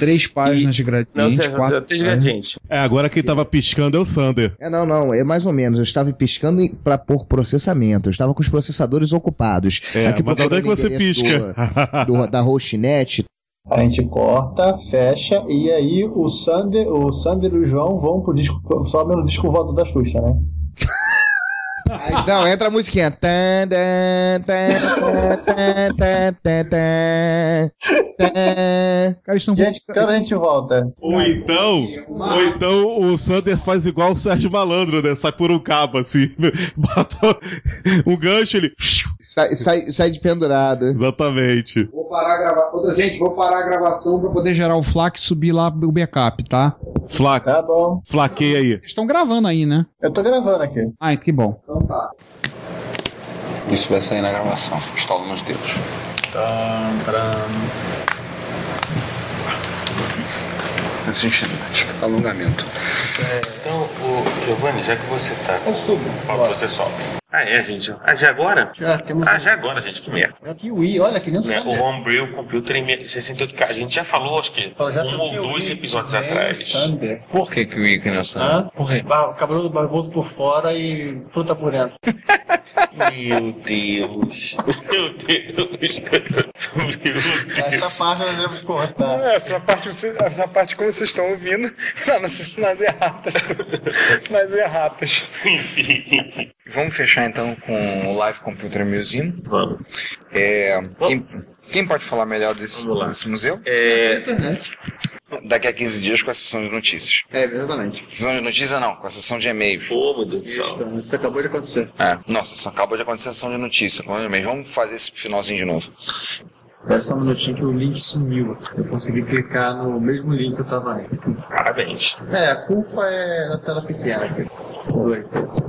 S10: Três páginas de gradiente.
S6: Não, Sérgio, quatro Sérgio, três páginas. gradiente.
S44: É, agora quem tava piscando é o Sander.
S6: É, não, não, é mais ou menos. Eu estava piscando em- pra por processamento. Eu estava com os processadores ocupados.
S44: É, mas
S6: procurando
S44: onde é que você
S6: o endereço
S44: pisca?
S6: Do, do- da Rochinet.
S9: A gente corta, fecha e aí o Sander, o Sander e o João vão pro disco, sobem no disco voador da Xuxa, né?
S6: Aí, não, entra a musiquinha. Tan, tan, tan, tan, tan, tan, tan, tan. Gente, quando a gente volta?
S10: Ou então, ou então o Sander faz igual o Sérgio Malandro, né? Sai por um cabo, assim. Bota um gancho, ele.
S6: Sai, sai, sai de pendurado.
S10: Exatamente.
S11: Vou parar a gravação. Gente, vou parar a gravação pra poder
S46: Poder gerar o FLAC e subir lá o backup, tá?
S10: Flac.
S46: Tá bom.
S10: Flaqueia aí.
S46: Vocês estão gravando aí, né?
S47: Eu tô gravando aqui.
S46: Ai, que bom.
S11: Então tá. Isso vai sair na gravação. Estalo nos dedos. Mas a gente né? Tipo, alongamento.
S7: Então, o Giovanni, já que você tá. Eu subo. você sobe. Ah, é, gente. Ah, já agora?
S9: Já, temos-
S7: Ah, já agora, gente, que merda.
S9: É o Kiwi, olha que nem o
S7: Né,
S9: Sander.
S7: O Homebrew Computer em 68K. A gente já falou, acho que um ou dois
S9: É,
S7: episódios atrás.
S11: Por que que o Ica não sabe? Por quê?
S9: Bar- Cabelo barbudo por fora e fruta por dentro.
S7: Meu Deus. Meu Deus. Meu Deus.
S9: Essa parte nós devemos cortar.
S11: É,
S48: Essa parte, vocês- essa parte como vocês estão ouvindo, lá nas, nas erratas. nas erratas.
S7: Enfim.
S11: Vamos fechar então com o Live Computer Museum. Vamos. É, quem, quem pode falar melhor desse, desse museu? É...
S9: Internet.
S11: Daqui a 15 dias com a sessão de notícias.
S9: É, exatamente.
S11: Sessão de notícias não, com a sessão de e-mails.
S7: Pô, meu Deus do
S9: Isso, isso acabou de acontecer.
S11: É, nossa, isso acabou de acontecer a sessão de notícias. com e-mails. Vamos fazer esse finalzinho de novo.
S9: Espera só um minutinho que o link sumiu. Eu consegui clicar no mesmo link que eu tava aí.
S7: Parabéns.
S9: É, a culpa é da tela pequena aqui. Oi.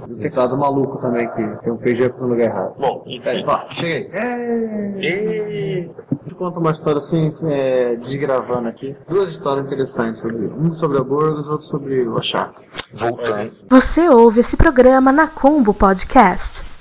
S9: Do teclado maluco também que tem um PG no lugar errado.
S7: Bom, enfim.
S9: É, ó, cheguei. É... Te conto uma história assim, assim, é, desgravando aqui. Duas histórias interessantes sobre um sobre a Burgos, outro sobre o Achar.
S11: Voltando.
S1: Você ouve esse programa na Combo Podcast.